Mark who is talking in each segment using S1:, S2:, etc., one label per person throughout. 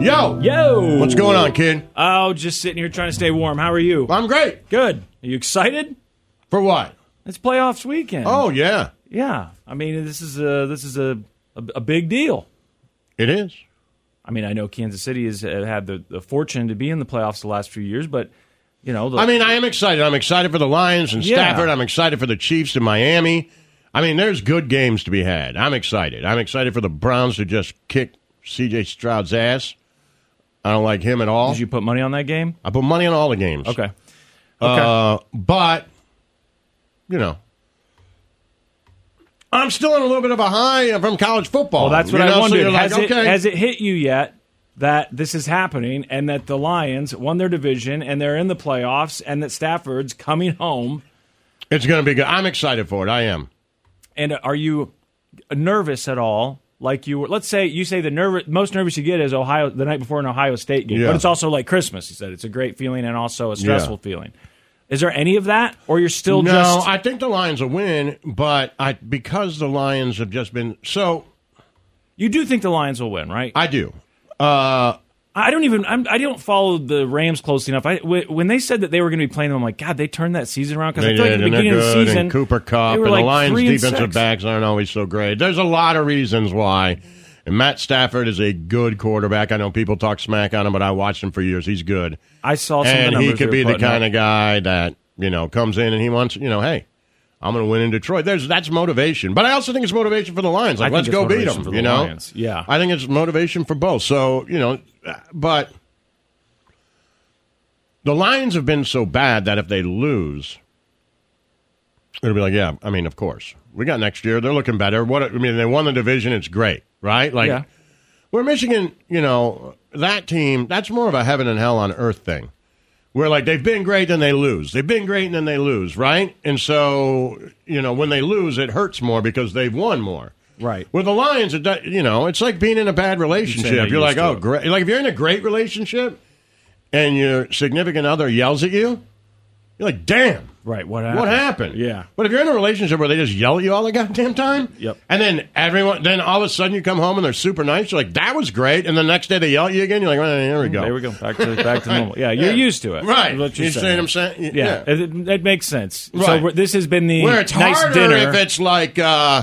S1: Yo!
S2: Yo!
S1: What's going on, kid?
S2: Oh, just sitting here trying to stay warm. How are you?
S1: I'm great.
S2: Good. Are you excited?
S1: For what?
S2: It's playoffs weekend.
S1: Oh, yeah.
S2: yeah. I mean, this is a this is a a, a big deal.
S1: It is.
S2: I mean, I know Kansas City has uh, had the, the fortune to be in the playoffs the last few years, but you know, the,
S1: I mean, I am excited. I'm excited for the Lions and
S2: Yeah.
S1: Stafford. I'm excited for the Chiefs in Miami. I mean, there's good games to be had. I'm excited. I'm excited for the Browns to just kick CJ Stroud's ass. I don't like him at all.
S2: did you put money on that game?
S1: I put money on all the games.
S2: Okay.
S1: Uh, but, you know, I'm still in a little bit of a high from college football.
S2: Well, that's what
S1: you know,
S2: I
S1: so
S2: wondered.
S1: you're like,
S2: has, it,
S1: okay.
S2: has it hit you yet that this is happening and that the Lions won their division and they're in the playoffs and that Stafford's coming home?
S1: It's going to be good. I'm excited for it. I am.
S2: And are you nervous at all? Like you were, let's say you say the nervous, most nervous you get is Ohio the night before an Ohio State game,
S1: Yeah.
S2: but it's also like Christmas. You said it's a great feeling and also a
S1: Yeah.
S2: stressful feeling. Is there any of that, or you're still
S1: no,
S2: just
S1: I think the Lions will win, but I because the Lions have just been so.
S2: you do think the Lions will win, right?
S1: I do. Uh,
S2: I don't even I'm, I don't follow the Rams closely enough. I w- when they said that they were going to be playing them, I'm like, God, they turned that season around because I
S1: they
S2: feel like
S1: did,
S2: at the
S1: and they're
S2: beginning of the
S1: good.
S2: season,
S1: And Cooper Cup
S2: they
S1: and
S2: were
S1: the
S2: like
S1: Lions'
S2: three and
S1: defensive
S2: six.
S1: backs aren't always so great. There's a lot of reasons why. And Matt Stafford is a good quarterback. I know people talk smack on him, but I watched him for years. He's good,
S2: I saw some of
S1: and
S2: the
S1: he
S2: numbers
S1: could
S2: they
S1: be
S2: were
S1: the
S2: putting up.
S1: kind of guy that you know comes in and he wants you know, hey, I'm going to win in Detroit. There's that's motivation, but I also think it's motivation for the Lions. Like,
S2: I think
S1: let's
S2: it's
S1: go beat
S2: motivation
S1: them.
S2: for the
S1: you know,
S2: Lions. Yeah.
S1: I think it's motivation for both. So you know, but the Lions have been so bad that if they lose, it'll be like, yeah, I mean, of course, we got next year. They're looking better. What I mean, they won the division. It's great, right? Like,
S2: Yeah.
S1: where Michigan, you know, that team, that's more of a heaven and hell on earth thing. Where like they've been great, then they lose. They've been great, and then they lose, right? And so, you know, when they lose, it hurts more because they've won more.
S2: Right.
S1: With the Lions, it, do- you know, it's like being in a bad relationship.
S2: they're used
S1: You're, like,
S2: to
S1: oh,
S2: it.
S1: great. Like if you're in a great relationship and your significant other yells at you, you're like, damn.
S2: right. What happened?
S1: What happened?
S2: Yeah.
S1: But if you're in a relationship where they just yell at you all the goddamn time,
S2: Yep.
S1: and then everyone, then all of a sudden you come home and they're super nice. You're like, that was great. And the next day they yell at you again. You're like, well, here we go.
S2: There we go. Back to back to normal. Yeah, you're
S1: Yeah.
S2: used to it.
S1: Right.
S2: What you're
S1: You see what I'm saying?
S2: Yeah,
S1: Yeah.
S2: It, it- it makes sense. So
S1: Right.
S2: we're- this has been the
S1: Where it's
S2: nice
S1: harder
S2: dinner.
S1: if it's like, uh,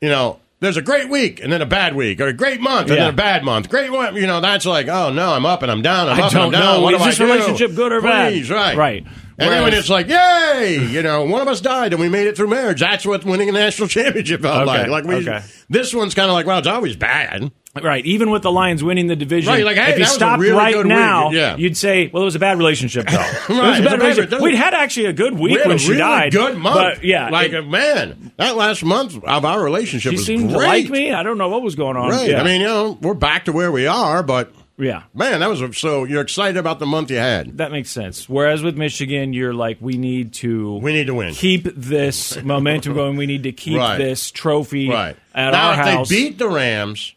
S1: you know, there's a great week and then a bad week, or a great month and
S2: Yeah.
S1: then a bad month. Great one, you know, that's like, oh no, I'm up and I'm down. I'm
S2: I
S1: up
S2: don't
S1: and I'm down.
S2: know.
S1: What
S2: Is
S1: do I
S2: this
S1: do?
S2: relationship good or bad?
S1: Please, right,
S2: Right.
S1: And then when
S2: Whereas-
S1: it's like, yay, you know, one of us died and we made it through marriage. That's what winning a national championship felt
S2: Okay,
S1: like. Like we,
S2: okay.
S1: this one's kind of like, wow, it's always bad.
S2: Right, even with the Lions winning the division,
S1: Right, like, hey,
S2: if
S1: that
S2: you
S1: was a
S2: stopped
S1: really
S2: right
S1: good
S2: now,
S1: week. Yeah.
S2: you'd say, "Well, it was a bad relationship, though. it was
S1: Right,
S2: a bad
S1: it was a
S2: relationship.
S1: bad-
S2: We'd had actually a good week
S1: we had
S2: when
S1: a
S2: she
S1: really
S2: died.
S1: good month.
S2: but yeah,
S1: like
S2: it-
S1: man, that last month of our relationship
S2: she
S1: was
S2: seemed
S1: great.
S2: to like me. I don't know what was going on.
S1: Right.
S2: Yeah.
S1: I mean, you know, we're back to where we are, but
S2: yeah,
S1: man, that was a, so you're excited about the month you had.
S2: that makes sense. Whereas with Michigan, you're like, we need to,
S1: We need to win.
S2: keep this momentum going. We need to keep
S1: Right.
S2: this trophy
S1: Right.
S2: at
S1: now,
S2: our
S1: if
S2: house.
S1: they beat the Rams,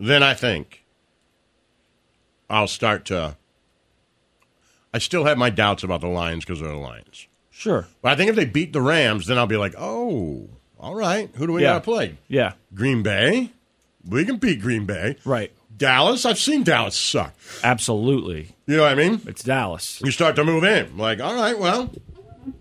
S1: then I think I'll start to. I still have my doubts about the Lions because they're the Lions.
S2: sure,
S1: But I think if they beat the Rams, then I'll be like, oh, all right, who do we
S2: Yeah.
S1: got to play?
S2: yeah,
S1: Green Bay? We can beat Green Bay.
S2: Right.
S1: Dallas? I've seen Dallas suck.
S2: absolutely.
S1: You know what I mean?
S2: It's Dallas.
S1: You start to move in. Like, all right, well,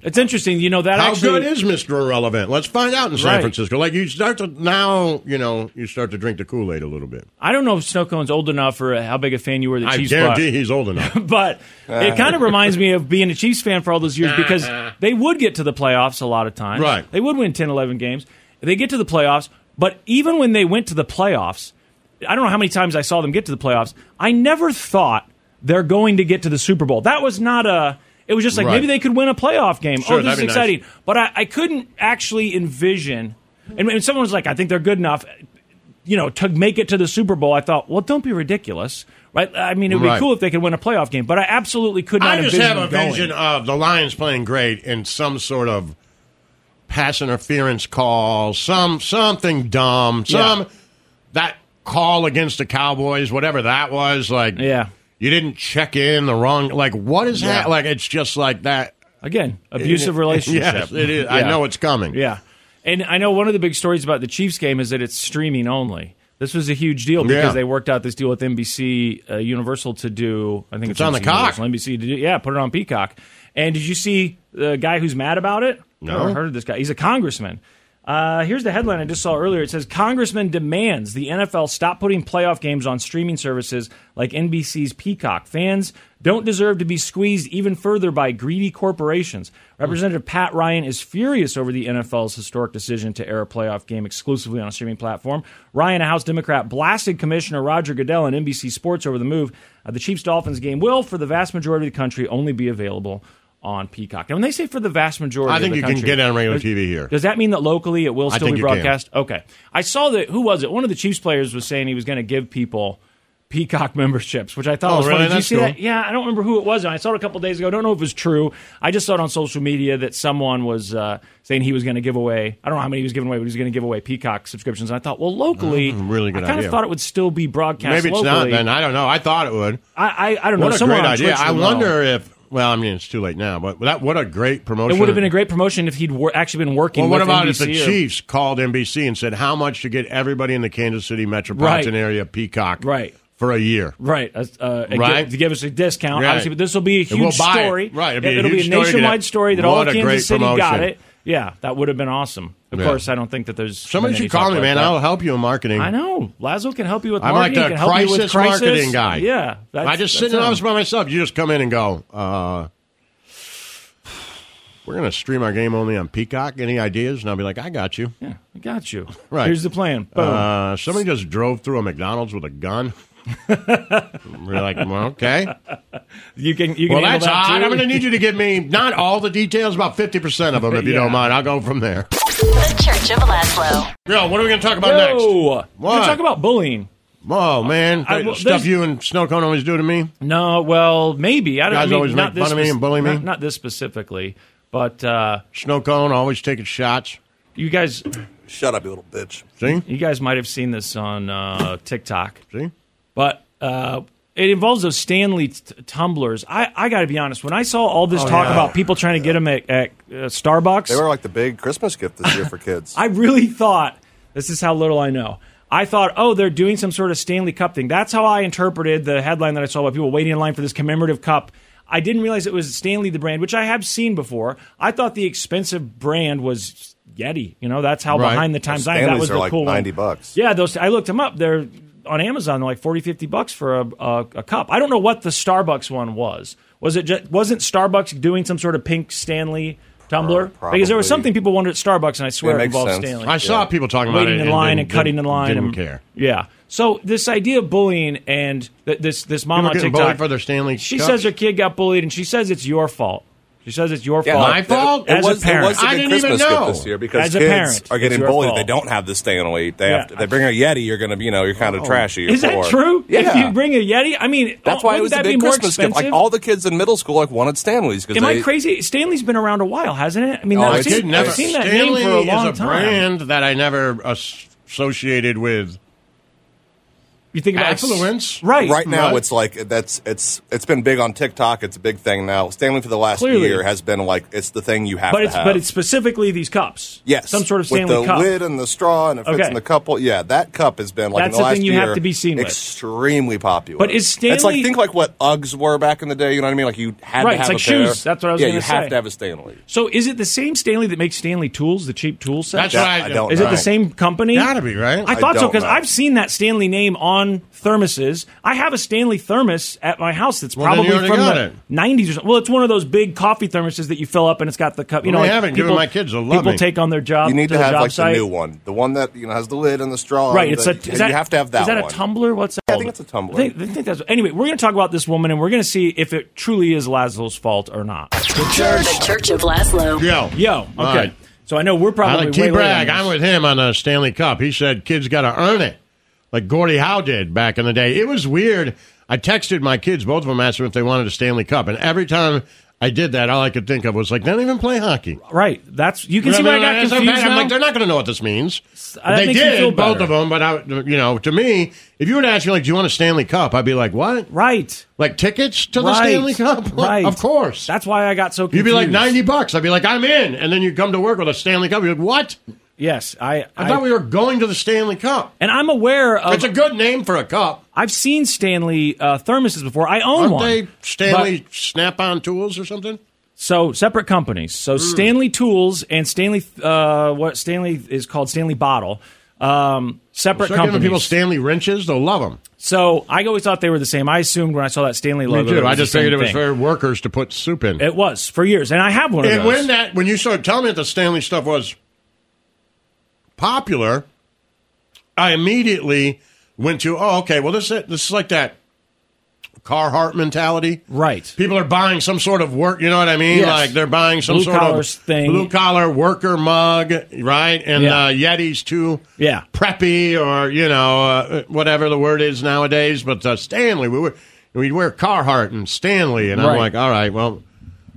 S2: It's interesting, you know that
S1: How
S2: actually
S1: good is Mr. Irrelevant? Let's find out in San
S2: Right.
S1: Francisco. Like you start to now, you know, you start to drink the Kool Aid a little bit.
S2: I don't know if Snowcone's old enough or how big a fan you were of the
S1: I
S2: Chiefs.
S1: guarantee he's old enough.
S2: But, but
S1: Uh.
S2: it kind of reminds me of being a Chiefs fan for all those years because they would get to the playoffs a lot of times.
S1: Right.
S2: They would win 10, 11 games. They get to the playoffs. But even when they went to the playoffs, I don't know how many times I saw them get to the playoffs. I never thought they're going to get to the Super Bowl. That was not a. It was just like
S1: Right.
S2: maybe they could win a playoff game.
S1: Sure,
S2: oh, this
S1: that'd
S2: is
S1: be nice.
S2: exciting. But I, I couldn't actually envision. And, and someone was like, I think they're good enough you know, to make it to the Super Bowl, I thought, well, don't be ridiculous, right? I mean, it would
S1: Right.
S2: be cool if they could win a playoff game, but I absolutely could not
S1: I just
S2: envision
S1: have a
S2: them going.
S1: vision of the Lions playing great and some sort of pass interference call, some something dumb, some
S2: Yeah.
S1: that call against the Cowboys, whatever that was. Like,
S2: Yeah.
S1: you didn't check in the wrong. Like, what is that? Like, it's just like that.
S2: Again, abusive relationship.
S1: Yes, it is. I
S2: Yeah.
S1: know it's coming.
S2: Yeah. And I know one of the big stories about the Chiefs game is that it's streaming only. This was a huge deal because
S1: Yeah.
S2: they worked out this deal with NBC uh, Universal to do. I think it's,
S1: on the
S2: NBC
S1: cock.
S2: Universal, NBC to do. Yeah, put it on Peacock. And did you see the guy who's mad about it?
S1: No.
S2: Never heard of this guy. He's a congressman. Uh, here's the headline I just saw earlier. It says Congressman demands the NFL stop putting playoff games on streaming services like NBC's Peacock. Fans don't deserve to be squeezed even further by greedy corporations. Representative Pat Ryan is furious over the NFL's historic decision to air a playoff game exclusively on a streaming platform. Ryan, a House Democrat, blasted Commissioner Roger Goodell and NBC Sports over the move. Uh, the Chiefs Dolphins game will, for the vast majority of the country, only be available on Peacock. And when they say for the vast majority,
S1: I think
S2: of the
S1: you can
S2: country,
S1: get it on regular
S2: does-
S1: TV here.
S2: Does that mean that locally it will
S1: I
S2: still
S1: think
S2: be
S1: you can.
S2: broadcast? Okay, I saw that. Who was it? One of the Chiefs players was saying he was going to give people Peacock memberships, which I thought
S1: Oh,
S2: was
S1: really?
S2: funny. Did you
S1: That's
S2: see
S1: cool.
S2: that? Yeah, I don't remember who it was. and I saw it a couple days ago. I don't know if it was true. I just saw it on social media that someone was uh, saying he was going to give away. I don't know how many he was giving away, but he was going to give away Peacock subscriptions. And I thought, well, locally,
S1: Oh, really good
S2: I kind
S1: idea.
S2: of thought it would still be broadcast.
S1: Maybe it's not.
S2: locally.
S1: Then I don't know. I thought it would.
S2: I, I, I don't know.
S1: What a
S2: Someone
S1: great
S2: on
S1: idea!
S2: Twitch
S1: I
S2: would know.
S1: wonder if. Well, I mean, it's too late now, but that what a great promotion.
S2: It would have been a great promotion if he'd wor- actually been working.
S1: Well, what
S2: with
S1: about
S2: NBC
S1: if the
S2: or-
S1: Chiefs called NBC and said how much to get everybody in the Kansas City metropolitan
S2: Right.
S1: area Peacock
S2: Right.
S1: for a year?
S2: Right, uh, uh,
S1: Right.
S2: gi- to give us a discount,
S1: Right.
S2: obviously. But this will be a
S1: And
S2: huge
S1: we'll buy it.
S2: story.
S1: Right, it'll
S2: it'll
S1: be
S2: be,
S1: a huge story to that-
S2: nationwide story that all
S1: What
S2: of
S1: a great
S2: Kansas City got
S1: promotion.
S2: it. Yeah, that would have been awesome. Of
S1: Yeah.
S2: course, I don't think that there's
S1: Somebody
S2: been any
S1: should call
S2: talk
S1: me,
S2: like
S1: man.
S2: that.
S1: I'll help you in marketing.
S2: I know Lazo can help you with.
S1: I'm like
S2: marketing,
S1: the
S2: can help you with
S1: crisis,
S2: crisis
S1: marketing guy.
S2: Yeah, that's,
S1: I just sit
S2: that's
S1: in the
S2: him.
S1: office by myself. You just come in and go. Uh, we're going to stream our game only on Peacock. Any ideas? And I'll be like, I got you.
S2: Yeah, I got you.
S1: Right.
S2: Here's the plan. Boom.
S1: Uh, somebody just drove through a McDonald's with a gun. We're like, well, okay.
S2: you can. You can
S1: Well,
S2: handle
S1: that's
S2: that
S1: odd.
S2: too.
S1: I'm going to need you to give me not all the details, about 50% of them, if you don't
S2: Yeah.
S1: mind. I'll go from there.
S3: The Church of Laszlo.
S1: Girl, what are we going to talk about next?
S2: Yo, we're
S1: What?
S2: gonna talk about bullying.
S1: Oh, man.
S2: I- well,
S1: Stuff
S2: there's-
S1: you and Snow Cone always do to me.
S2: No, well, maybe I don't.
S1: Guys
S2: I mean,
S1: always
S2: not
S1: make fun
S2: this
S1: of me
S2: spec-
S1: and bully me.
S2: Not, not this specifically, but uh,
S1: Snow Cone always taking shots.
S2: you guys.
S4: Shut up, you little bitch.
S1: See?
S2: You guys might have seen this on uh, TikTok,
S1: See?
S2: but uh, it involves those Stanley t- tumblers. I, I got to be honest. When I saw all
S1: Oh,
S2: this talk about people trying to get them at, at uh, Starbucks,
S4: They were like the big Christmas gift this year for kids.
S2: I really thought this is how little I know. I thought, oh, they're doing some sort of Stanley Cup thing. That's how I interpreted the headline that I saw about people waiting in line for this commemorative cup. I didn't realize it was Stanley the brand, which I have seen before. I thought the expensive brand was Yeti. You know, that's how
S1: Right.
S2: behind the times I am. That
S4: Stanleys
S2: was
S4: are
S2: the
S4: like
S2: cool one.
S4: 90 bucks.
S2: Yeah, those I looked them up. They're on Amazon. They're like 40, 50 bucks for a, a, a cup. I don't know what the Starbucks one was. Was it just, wasn't Starbucks doing some sort of pink Stanley tumbler?
S4: Pro-
S2: because there was
S4: probably.
S2: something people wondered at Starbucks, and I swear
S4: It
S2: it
S4: makes
S2: involved
S4: sense.
S2: Stanley.
S1: I saw
S4: Yeah.
S1: people talking about
S2: waiting in
S1: it and
S2: line
S1: didn't-
S2: and cutting in line.
S1: Didn't
S2: and,
S1: care.
S2: Yeah. So this idea of bullying and th- this this mom
S1: People
S2: on
S1: getting
S2: TikTok
S1: bullied for their Stanley
S2: She
S1: Cups?
S2: says her kid got bullied, and she says it's your fault. She says it's your
S4: Yeah,
S2: fault.
S1: My
S4: it-
S1: fault?
S4: It,
S2: As a
S4: was,
S2: parent.
S4: it was a
S1: I
S4: good
S1: didn't even
S4: Christmas
S1: know.
S4: gift this year because
S2: As a
S4: kids
S2: parent,
S4: are
S2: it's
S4: getting
S2: your
S4: bullied.
S2: fault.
S4: They don't have the Stanley. They
S2: Yeah. Oh.
S4: have to, they bring a Yeti. You're going to you know you're kind of trashy.
S2: Is that
S4: or-
S2: true?
S4: Yeah.
S2: If you bring a Yeti, I mean,
S4: That's why it
S2: wouldn't
S4: was a
S2: that be
S4: big
S2: more
S4: Christmas gift. Like
S2: expensive?
S4: all the kids in middle school like wanted Stanleys because
S2: Am
S4: they,
S2: I crazy? Stanley's been around a while, hasn't it? I mean,
S4: Oh,
S2: I've,
S4: it's-
S2: seen,
S1: Kid never,
S2: I've seen that
S1: Stanley
S2: name for a long
S1: is a
S2: time.
S1: brand that I never as- associated with
S2: You think about
S1: affluence.
S2: right?
S4: Right now,
S1: Right.
S4: it's like that's it's it's been big on TikTok. It's a big thing now. Stanley for the last
S2: Clearly.
S4: year has been like it's the thing you have
S2: but
S4: to
S2: it's
S4: have.
S2: but it's specifically these cups.
S4: yes,
S2: some sort of
S4: with
S2: Stanley
S4: the
S2: cup.
S4: lid and the straw, and it fits
S2: Okay.
S4: in the cup. Well, Yeah, that cup has been like
S2: That's
S4: in the
S2: the
S4: last
S2: thing you
S4: year,
S2: have to be seen with.
S4: extremely popular.
S2: But is
S4: It's like
S2: Stanley-
S4: think like what UGGs were back in the day. You know what I mean? Like you had
S2: Right,
S4: to
S2: it's
S4: have
S2: like
S4: a pair.
S2: shoes. That's what I was
S4: Yeah,
S2: gonna
S4: you
S2: say.
S4: have to have a Stanley.
S2: So is it the same Stanley that makes Stanley tools, the cheap tool set?
S1: That's what I,
S4: I don't
S2: Is it the
S4: know.
S2: same company?
S1: Gotta be, right?
S2: I
S1: I
S2: thought so
S4: don't
S2: because
S4: know.
S2: I've seen that Stanley name on thermoses. I have a Stanley thermos at my house that's
S1: Well, then you
S2: probably
S1: already
S2: from
S1: got
S2: the
S1: it.
S2: '90s or something. Well, it's one of those big coffee thermoses that you fill up and it's got the cup. You know,
S1: Well, I
S2: like
S1: haven't given
S2: people,
S1: my kids a
S2: people
S1: loving.
S2: take on their job.
S4: You need to
S2: their
S4: have
S2: job
S4: like
S2: site.
S4: the new one, the one that you know has the lid and the straw.
S2: Right,
S4: and
S2: it's
S4: the-
S2: a. Is that,
S4: you have to have that.
S2: Is that
S4: one.
S2: a tumbler? What's that?
S4: Yeah, I think it's a tumbler.
S2: I think, I think that's anyway. We're going to talk about this woman, and we're going to see if it truly is Laszlo's fault or not.
S3: The Church of Laszlo.
S1: Yo.
S2: Yo, okay.
S1: All right.
S2: So I know we're probably
S1: I like
S2: way
S1: T
S2: late on
S1: Bragg.
S2: this.
S1: I'm with him on the Stanley Cup. He said kids got to earn it, like Gordie Howe did back in the day. It was weird. I texted my kids, both of them, asked them if they wanted a Stanley Cup, and every time I did that, all I could think of was like, they don't even play hockey.
S2: right. That's you can see
S1: You know
S2: where I
S1: what
S2: got
S1: mean? That's
S2: confused.
S1: okay. I'm
S2: now? uh,
S1: like, they're not going to know what this means.
S2: that
S1: they
S2: makes you
S1: did
S2: feel
S1: both
S2: better.
S1: of them, but I, you know, to me, if you were to ask me like, do you want a Stanley Cup? I'd be like, what?
S2: right.
S1: Like tickets to the
S2: right.
S1: Stanley Cup?
S2: Right.
S1: Of course.
S2: That's why I got so
S1: You'd
S2: confused.
S1: be like ninety bucks. I'd be like, I'm in, and then you come to work with a Stanley Cup. You're like, what?
S2: Yes, I.
S1: I thought we were going to the Stanley Cup.
S2: And I'm aware of.
S1: It's a good name for a cup.
S2: I've seen Stanley uh, thermoses before. I own
S1: Aren't
S2: one.
S1: they Stanley
S2: But-
S1: Snap-on tools or something?
S2: so separate companies.
S1: Hmm.
S2: So Stanley Tools and Stanley. Uh, what Stanley is called Stanley Bottle. Um, separate
S1: Start giving
S2: companies.
S1: people Stanley wrenches; they'll love them.
S2: so I always thought they were the same. I assumed when I saw that Stanley logo. that it was
S1: I just
S2: the same
S1: figured it was
S2: thing.
S1: for workers to put soup in.
S2: It was for years, and I have one of
S1: and
S2: those.
S1: when that, when you started telling me that the Stanley stuff was popular, I immediately went to, oh, okay, well this is, this is like that Carhartt mentality,
S2: Right.
S1: People are buying some sort of work. You know what I mean?
S2: Yes.
S1: Like they're buying some
S2: Blue
S1: sort
S2: collar
S1: of
S2: thing.
S1: blue collar worker mug, right? And
S2: Yeah.
S1: uh, Yeti's too
S2: Yeah.
S1: preppy, or you know uh, whatever the word is nowadays. But uh, Stanley, we were we wear Carhartt and Stanley, and I'm
S2: Right.
S1: like, all right, well.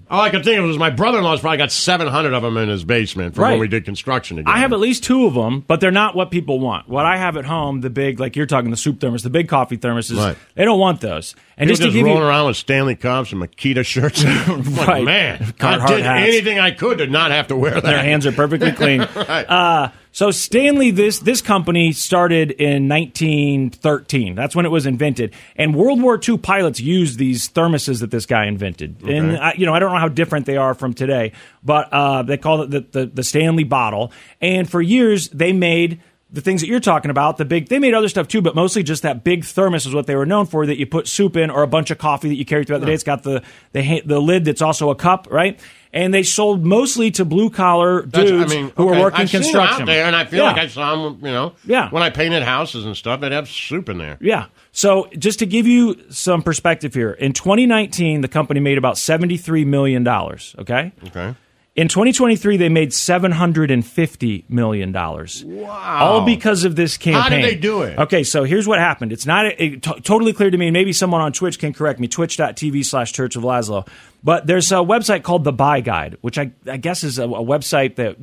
S1: All I could think of was my brother-in-law's probably got 700 of them in his basement from
S2: Right.
S1: when we did construction together.
S2: I have at least two of them, but they're not what people want. What I have at home, the big, like you're talking, the soup thermos, the big coffee thermoses,
S1: Right.
S2: they don't want those. And
S1: People
S2: just
S1: just,
S2: to give
S1: rolling
S2: you,
S1: around with Stanley Cups and Makita shirts. I'm like,
S2: Right.
S1: man, I
S2: Carhartt
S1: did
S2: hats.
S1: anything I could to not have to wear that.
S2: their hands are perfectly clean. uh, so Stanley, this this company started in 1913. That's when it was invented, and World War II pilots used these thermoses that this guy invented. And I, you know, I don't know how different they are from today, but uh, they call it the, the the Stanley bottle. And for years, they made the things that you're talking about. The big they made other stuff too, but mostly just that big thermos is what they were known for. That you put soup in or a bunch of coffee that you carry throughout the day. It's got the the ha- the lid that's also a cup, right? And they sold mostly to blue collar
S1: That's-
S2: dudes who
S1: okay,
S2: were working
S1: I've seen 'em
S2: construction
S1: out there, and I feel
S2: yeah.
S1: like I saw them. You know,
S2: Yeah.
S1: When I painted houses and stuff, they'd have soup in there.
S2: Yeah. So just to give you some perspective here, in 2019, the company made about 73 million dollars. Okay.
S1: Okay.
S2: In 2023, they made 750 million dollars. Wow! All because of this campaign.
S1: did they do it?
S2: Okay, so here's what happened. It's not it, to- totally clear to me, and maybe someone on Twitch can correct me. Twitch.tv/slash Church of Laszlo. But there's a website called the Buy Guide, which I, I guess is a, a website that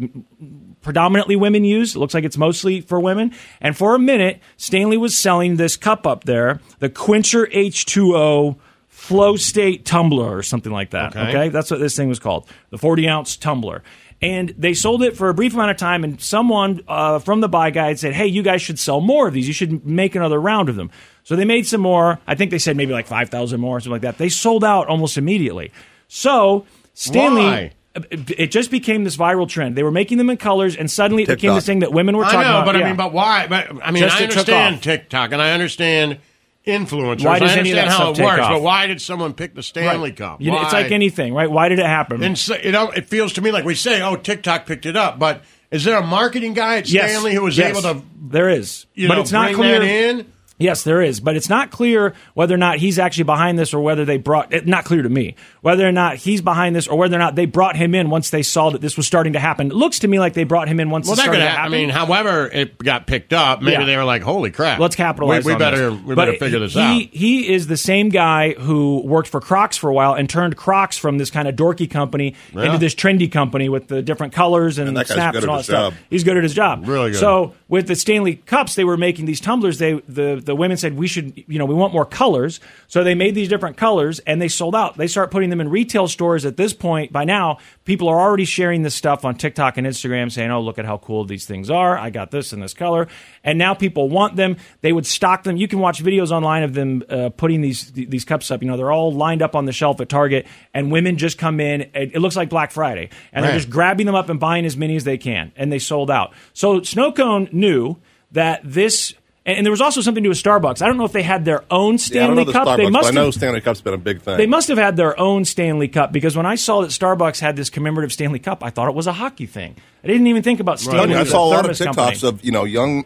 S2: predominantly women use. It looks like it's mostly for women. And for a minute, Stanley was selling this cup up there, the Quencher H2O Flow State Tumbler or something like that. Okay. That's what this thing was called the 40 ounce tumbler. And they sold it for a brief amount of time, and someone uh, from the buy guide said, Hey, you guys should sell more of these. You should make another round of them. So they made some more. I think they said maybe like 5,000 more or something like that. They sold out almost immediately. So Stanley.
S1: Why?
S2: It just became this viral trend. They were making them in colors, and suddenly it became
S4: TikTok.
S2: this thing that women were
S1: I
S2: talking
S1: know,
S2: about.
S1: but I
S2: yeah.
S1: mean, but why? But I mean,
S2: Just
S1: I
S2: it took
S1: understand
S2: off.
S1: TikTok, and I understand influencers.
S2: Why does
S1: I
S2: any of
S1: understand
S2: that
S1: how
S2: stuff
S1: it
S2: take
S1: works,
S2: off?
S1: but why did someone pick the Stanley Cup?
S2: You know, it's
S1: Why?
S2: like anything, right? Why did it happen?
S1: And so, you know, it feels to me like we say, "Oh, TikTok picked it up," but is there a marketing guy at
S2: Yes,
S1: Stanley who was
S2: yes,
S1: able to,
S2: There is,
S1: you
S2: but
S1: know,
S2: it's not
S1: bring
S2: clear.
S1: that in?
S2: Yes, there is, but it's not clear whether or not he's actually behind this, or whether they brought. It, not clear to me whether or not he's behind this, or whether or not they brought him in once they saw that this was starting to happen. It looks to me like they brought him in once
S1: Well,
S2: it
S1: that
S2: started
S1: could.
S2: to
S1: Ha- I
S2: happen.
S1: mean, however, it got picked up. Maybe
S2: Yeah.
S1: they were like, "Holy crap!
S2: Let's capitalize.
S1: We, we
S2: on
S1: better,
S2: this.
S1: we
S2: But
S1: better figure this
S2: he,
S1: out.
S2: He is the same guy who worked for Crocs for a while and turned Crocs from this kind of dorky company into this trendy company with the different colors and,
S4: And that guy's
S2: snaps and
S4: good at
S2: all that
S4: his
S2: stuff.
S4: job.
S2: He's good at his job.
S1: Really good.
S2: So with the Stanley Cups, they were making these tumblers. They the the women said we should you know we want more colors, so they made these different colors and they sold out. They start putting them in retail stores at this point. By now, people are already sharing this stuff on TikTok and Instagram, saying, "Oh, look at how cool these things are! I got this in this color." And now people want them. They would stock them. You can watch videos online of them uh, putting these these cups up. You know, they're all lined up on the shelf at Target, and women just come in. It, it looks like Black Friday, and they're
S1: Right.
S2: just grabbing them up and buying as many as they can, and they sold out. So Snow Cone knew that this, and, and there was also something to do with Starbucks. I don't know if they had their own
S4: yeah, I don't
S2: Stanley
S4: know the
S2: Cup.
S4: Starbucks,
S2: they
S4: but I
S2: must
S4: know
S2: have.
S4: Stanley Cup's been a big thing.
S2: They must have had their own Stanley Cup because when I saw that Starbucks had this commemorative Stanley Cup, I thought it was a hockey thing. I didn't even think about
S4: I'm telling
S2: Stanley.
S4: you, I
S2: as
S4: saw a lot of
S2: thermos
S4: TikToks
S2: company.
S4: of you know young,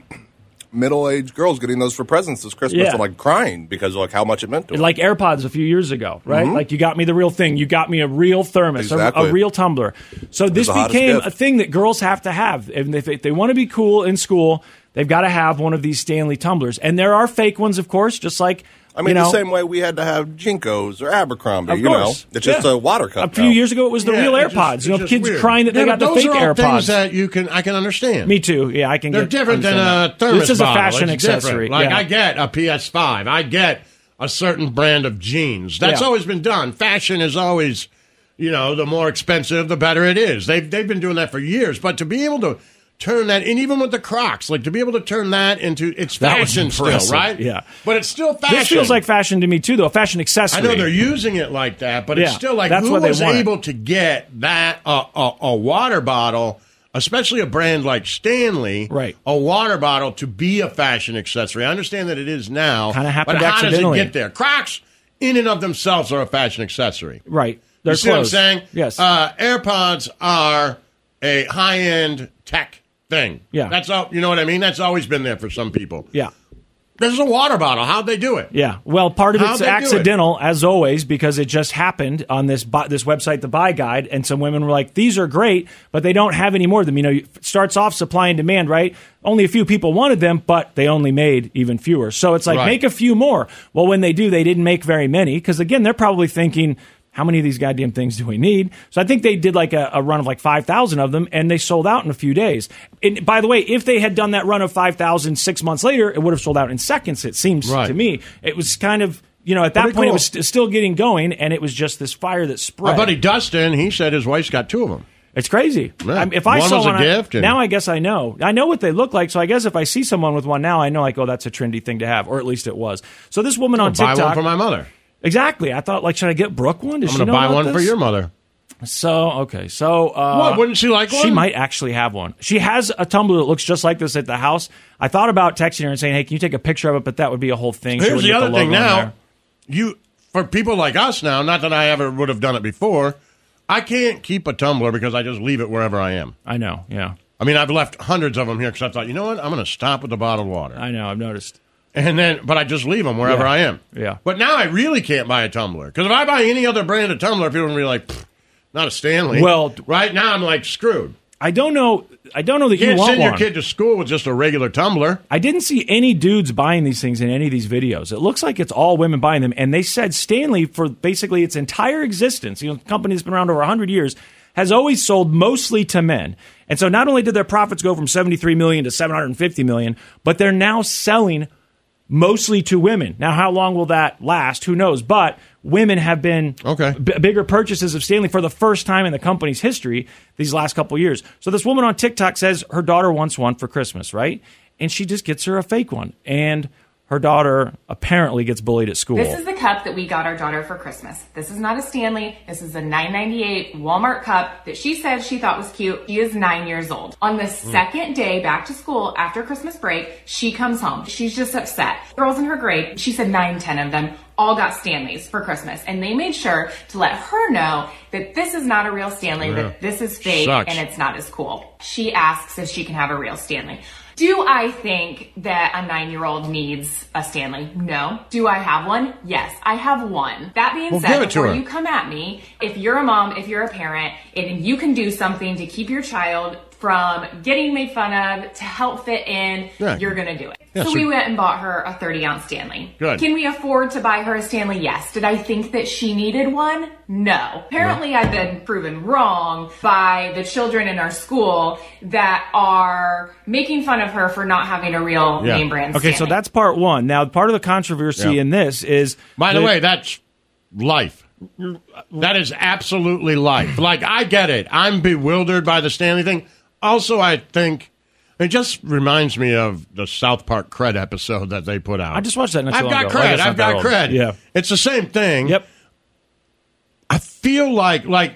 S4: middle-aged girls getting those for presents this Christmas
S2: Yeah.
S4: and like crying because of, like how much it meant to them.
S2: like AirPods a few years ago, right? Like you got me the real thing. You got me a real thermos, a- a,
S4: Mm-hmm. Exactly.
S2: real tumbler. So this
S4: the hottest
S2: became
S4: gift.
S2: a thing that girls have to have, and if, if they want to be cool in school, they've got to have one of these Stanley tumblers. And there are fake ones, of course, just like
S4: I mean,
S2: you know,
S4: the same way we had to have Jinkos or Abercrombie.
S2: Of
S4: you know,
S2: course.
S4: it's just
S2: Yeah.
S4: a water cup.
S2: A few
S4: now.
S2: years ago, it was the
S1: Yeah,
S2: real
S1: it's just-
S2: AirPods.
S1: it's
S2: you know,
S1: just
S2: kids
S1: weird.
S2: crying that
S1: Yeah,
S2: they got
S1: but
S2: the
S1: those
S2: fake
S1: are all
S2: AirPods.
S1: Things that you can, I can understand.
S2: Me too. Yeah, I can.
S1: They're
S2: get,
S1: different than
S2: understand
S1: a
S2: that.
S1: thermos
S2: This is a
S1: bottle.
S2: fashion
S1: It's different.
S2: accessory.
S1: Like
S2: yeah.
S1: I get a PS5, I get a certain brand of jeans. That's
S2: Yeah.
S1: always been done. Fashion is always, you know, the more expensive, the better it is. They've they've been doing that for years. But to be able to turn that, and even with the Crocs, like to be able to turn that into it's
S2: That was
S1: fashion still,
S2: impressive.
S1: right?
S2: Yeah.
S1: but it's still fashion.
S2: This feels like fashion to me too, though. A fashion accessory.
S1: I know they're using it like that, but it's
S2: Yeah,
S1: still like
S2: that's
S1: who
S2: why they
S1: was
S2: want it.
S1: able to get that a a a water bottle, especially a brand like Stanley,
S2: Right.
S1: A water bottle to be a fashion accessory. I understand that it is now,
S2: Kinda happened
S1: but how does it
S2: accidentally.
S1: get there? Crocs, in and of themselves, are a fashion accessory.
S2: right. They're
S1: you see
S2: closed.
S1: what I'm saying?
S2: Yes.
S1: Uh, AirPods are a high end tech thing.
S2: Yeah.
S1: That's all. You know what I mean? That's always been there for some people.
S2: yeah.
S1: This is a water bottle. How'd they do it?
S2: Yeah. Well, part of
S1: How'd
S2: it's
S1: they do it?
S2: accidental, as always, because it just happened on this bu- this website, the Buy Guide, and some women were like, "These are great, but they don't have any more of them." You know, it starts off supply and demand, right? Only a few people wanted them, but they only made even fewer. So it's like
S1: Right.
S2: make a few more. Well, when they do, they didn't make very many because again, they're probably thinking. How many of these goddamn things do we need? So I think they did like a, a run of like 5,000 of them and they sold out in a few days. And by the way, if they had done that run of 5,000 six months later, it would have sold out in seconds, it seems
S1: Right.
S2: to me. It was kind of, you know, at that
S1: Pretty
S2: point,
S1: cool.
S2: it was st- still getting going, and it was just this fire that
S1: My
S2: spread.
S1: buddy Dustin, he said his wife's got two of them.
S2: it's crazy.
S1: Yeah.
S2: I mean, if I
S1: One
S2: saw
S1: was a
S2: one, I-
S1: gift and-
S2: now I guess I know. I know what they look like, so I guess if I see someone with one now, I know like, oh, that's a trendy thing to have, or at least it was. So this woman on
S1: Buy
S2: TikTok,
S1: one for my mother.
S2: exactly. I thought like, should I get Brooke one? Does
S1: I'm
S2: she
S1: going to
S2: know
S1: buy
S2: about
S1: one for
S2: this?
S1: your mother.
S2: So okay, so uh,
S1: What, wouldn't she like
S2: She
S1: one?
S2: might actually have one. She has a tumbler that looks just like this at the house. I thought about texting her and saying, "Hey, can you take a picture of it?" But that would be a whole thing. She wouldn't
S1: Here's the
S2: get
S1: other thing
S2: logo on
S1: now.
S2: there.
S1: You for people like us now, not that I ever would have done it before, I can't keep a tumbler because I just leave it wherever I am.
S2: I know. Yeah,
S1: I mean, I've left hundreds of them here because I thought, you know what, I'm going to stop with the bottled water,
S2: I know. I've noticed.
S1: and then but I just leave them wherever
S2: Yeah.
S1: I am.
S2: Yeah.
S1: But now I really can't buy a tumbler because if I buy any other brand of tumbler, people will be like, "Pfft, not a Stanley.
S2: Well-
S1: right now I'm like screwed.
S2: I don't know. I don't know that
S1: You
S2: you
S1: can't
S2: want
S1: send your
S2: one.
S1: kid to school with just a regular tumbler.
S2: I didn't see any dudes buying these things in any of these videos. It looks like it's all women buying them. And they said Stanley, for basically its entire existence, you know, a company that's been around over 100 years, has always sold mostly to men. And so not only did their profits go from 73 million to 750 million, but they're now selling mostly to women. Now, how long will that last? Who knows? But women have been
S1: Okay.
S2: b- bigger purchases of Stanley for the first time in the company's history these last couple years. So this woman on TikTok says her daughter wants one for Christmas, right? And she just gets her a fake one. And her daughter apparently gets bullied at school.
S5: This is the cup that we got our daughter for Christmas. This is not a Stanley. This is a 998 Walmart cup that she said she thought was cute. She is nine years old. On the
S1: Hmm.
S5: second day back to school after Christmas break, she comes home. She's just upset. Girls in her grade, she said nine, ten of them, all got Stanleys for Christmas. And they made sure to let her know that this is not a real Stanley,
S1: Yeah.
S5: that this is fake
S1: Sucks.
S5: and it's not as cool. She asks if she can have a real Stanley. Do I think that a nine year old needs a Stanley? No. Do I have one? Yes, I have one. That being
S1: Well, give
S5: said,
S1: it to
S5: before
S1: her.
S5: you come at me, if you're a mom, if you're a parent, and you can do something to keep your child from getting made fun of to help fit in,
S1: Yeah.
S5: you're going to do it.
S1: Yeah,
S5: so
S1: so-
S5: we went and bought her a 30 ounce Stanley.
S1: Good.
S5: Can we afford to buy her a Stanley? Yes. Did I think that she needed one? No. Apparently, I've been proven wrong by the children in our school that are making fun of her for not having a real
S1: Yeah.
S5: name brand.
S2: Okay, so
S5: Stanley.
S2: that's part one. Now, part of the controversy
S1: Yeah.
S2: in this is
S1: By the
S2: that-
S1: way, that's life. That is absolutely life. Like I get it. I'm bewildered by the Stanley thing. Also, I think it just reminds me of the South Park cred episode that they put out.
S2: I just watched that not too
S1: I've
S2: long
S1: got
S2: ago. I
S1: cred.
S2: guess not
S1: I've
S2: that
S1: got
S2: old.
S1: cred.
S2: Yeah.
S1: it's the same thing.
S2: Yep.
S1: I feel like like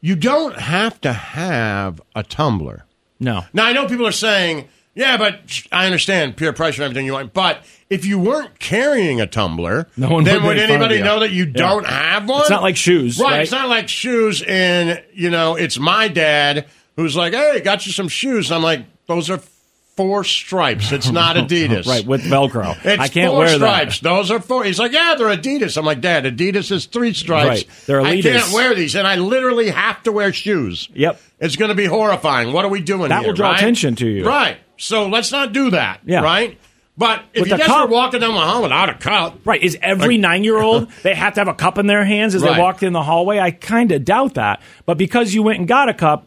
S1: you don't have to have a tumbler.
S2: No.
S1: Now I know people are saying, "Yeah, but sh- I understand peer pressure and everything you want." But if you weren't carrying a tumbler,
S2: No one
S1: then
S2: would
S1: would
S2: make fun of
S1: anybody
S2: you.
S1: know that you
S2: Yeah.
S1: don't have one?
S2: It's not like shoes, right?
S1: It's not like shoes. And you know, it's my dad who's like, "Hey, got you some shoes." I'm like, "Those are four stripes. It's not Adidas."
S2: Right, with Velcro.
S1: It's
S2: I can't
S1: four
S2: wear
S1: stripes.
S2: that.
S1: Those are four. He's like, yeah, they're Adidas. I'm like, Dad, Adidas is three stripes.
S2: Right. They're
S1: I
S2: Adidas.
S1: can't wear these, and I literally have to wear shoes.
S2: Yep.
S1: It's going to be horrifying. What are we doing?
S2: That
S1: here,
S2: will draw
S1: right?
S2: attention to you.
S1: Right. So let's not do that.
S2: Yeah.
S1: Right. But if
S2: With
S1: you
S2: the
S1: guys
S2: cup-
S1: were walking down the hall without a cup,
S2: Right. Is every
S1: Like-
S2: nine year old, they have to have a cup in their hands as they
S1: Right.
S2: walk in the hallway? I kind of doubt that. But because you went and got a cup,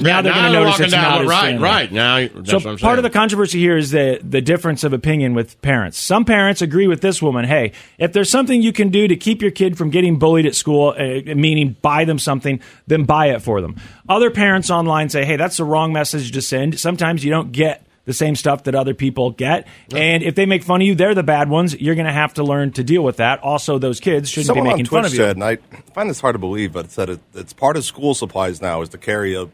S2: now
S1: yeah,
S2: they're going to notice
S1: walking
S2: it's
S1: down
S2: not
S1: the-
S2: as
S1: right.
S2: Stanley.
S1: Right. Now, that's
S2: so
S1: what I'm saying.
S2: part of the controversy here is the the difference of opinion with parents. Some parents agree with this woman. Hey, if there's something you can do to keep your kid from getting bullied at school, uh, meaning buy them something, then buy it for them. Other parents online say, hey, that's the wrong message to send. Sometimes you don't get the same stuff that other people get, and if they make fun of you, they're the bad ones. You're going to have to learn to deal with that. Also, those kids shouldn't
S4: Someone
S2: be
S4: on
S2: making fun
S4: Twitch
S2: of you.
S4: said, and I find this hard to believe, but said it, it's part of school supplies now is to carry a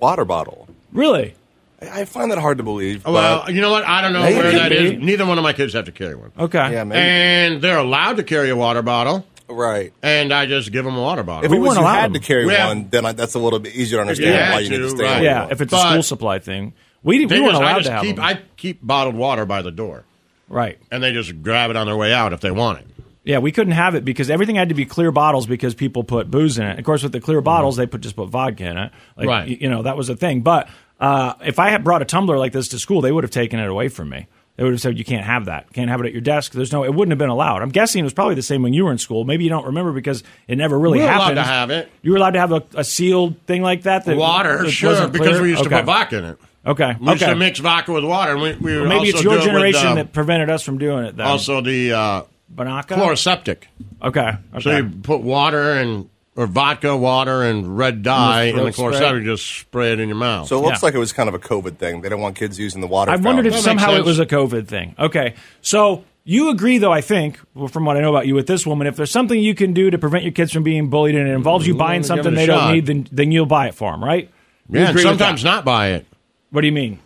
S4: water bottle.
S2: Really?
S4: I, I find that hard to believe.
S1: well,
S4: but-
S1: you know what? I don't know
S4: Maybe.
S1: where that is.
S2: Maybe.
S1: Neither one of my kids have to carry one,
S2: Okay.
S4: yeah, maybe.
S1: and they're allowed to carry a water bottle.
S4: right.
S1: And I just give them a water bottle.
S4: If
S2: We
S4: it was
S2: weren't
S4: you
S2: allowed
S4: had to
S2: them.
S4: carry
S1: Yeah.
S4: one, then I, that's a little bit easier to
S1: you
S4: understand
S1: had
S4: why you need
S1: to,
S4: to stay.
S1: right.
S4: with
S2: Yeah.
S4: one.
S2: If it's a
S1: But-
S2: school supply thing, we,
S1: They
S2: we weren't
S1: just- I
S2: allowed
S1: just
S2: to have
S1: keep,
S2: them.
S1: I keep bottled water by the door,
S2: right.
S1: and they just grab it on their way out if they want it.
S2: Yeah, we couldn't have it because everything had to be clear bottles because people put booze in it. Of course, with the clear bottles, they put just put vodka in it. Like,
S1: Mm-hmm. Right.
S2: y- You know that was a thing. But uh, if I had brought a tumbler like this to school, they would have taken it away from me. They would have said, "You can't have that. Can't have it at your desk." There's no. It wouldn't have been allowed. I'm guessing it was probably the same when you were in school. Maybe you don't remember because it never really
S1: We were allowed
S2: happened.
S1: to have it.
S2: You were allowed to have a, a sealed thing like that. that
S1: Water,
S2: that
S1: sure,
S2: wasn't
S1: because
S2: clear?
S1: we used to
S2: Okay.
S1: put vodka in it.
S2: Okay.
S1: We used
S2: okay.
S1: to mix vodka with water, and we, we would
S2: Maybe
S1: also
S2: it's your
S1: do it with,
S2: generation
S1: um,
S2: that prevented us from doing it. Then.
S1: also the uh,
S2: Banaka.
S1: chloroseptic.
S2: Okay. okay.
S1: So you put water and or vodka, water, and red dye
S2: And
S1: in
S2: the
S1: the
S2: throat
S1: chloroseptic. Just spray it in your mouth.
S4: So it looks
S2: Yeah.
S4: like it was kind of a COVID thing. They don't want kids using the water.
S2: I wondered if
S4: fountain.
S1: That makes
S2: somehow it
S1: sense.
S2: was a COVID thing. Okay. So you agree, though, I think, well, from what I know about you with this woman, if there's something you can do to prevent your kids from being bullied and it involves you
S1: Mm, let
S2: buying
S1: me give it
S2: something
S1: a
S2: they
S1: shot.
S2: don't need, then, then you'll buy it for them, right? You
S1: yeah, and
S2: agree with
S1: sometimes
S2: that?
S1: not buy it.
S2: What do you mean?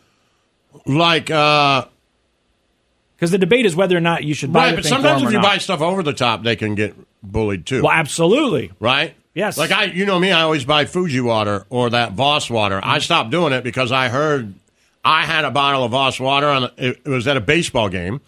S1: Like, uh,
S2: Because the debate is whether or not you should buy
S1: right?
S2: the
S1: But
S2: thing for
S1: sometimes
S2: them
S1: if
S2: or
S1: you
S2: not.
S1: buy stuff over the top, they can get bullied too.
S2: Well, absolutely.
S1: right?
S2: Yes.
S1: Like I, you know me, I always buy Fuji water or that Voss water.
S2: Mm.
S1: I stopped doing it because I heard I had a bottle of Voss water on. It, it was at a baseball game,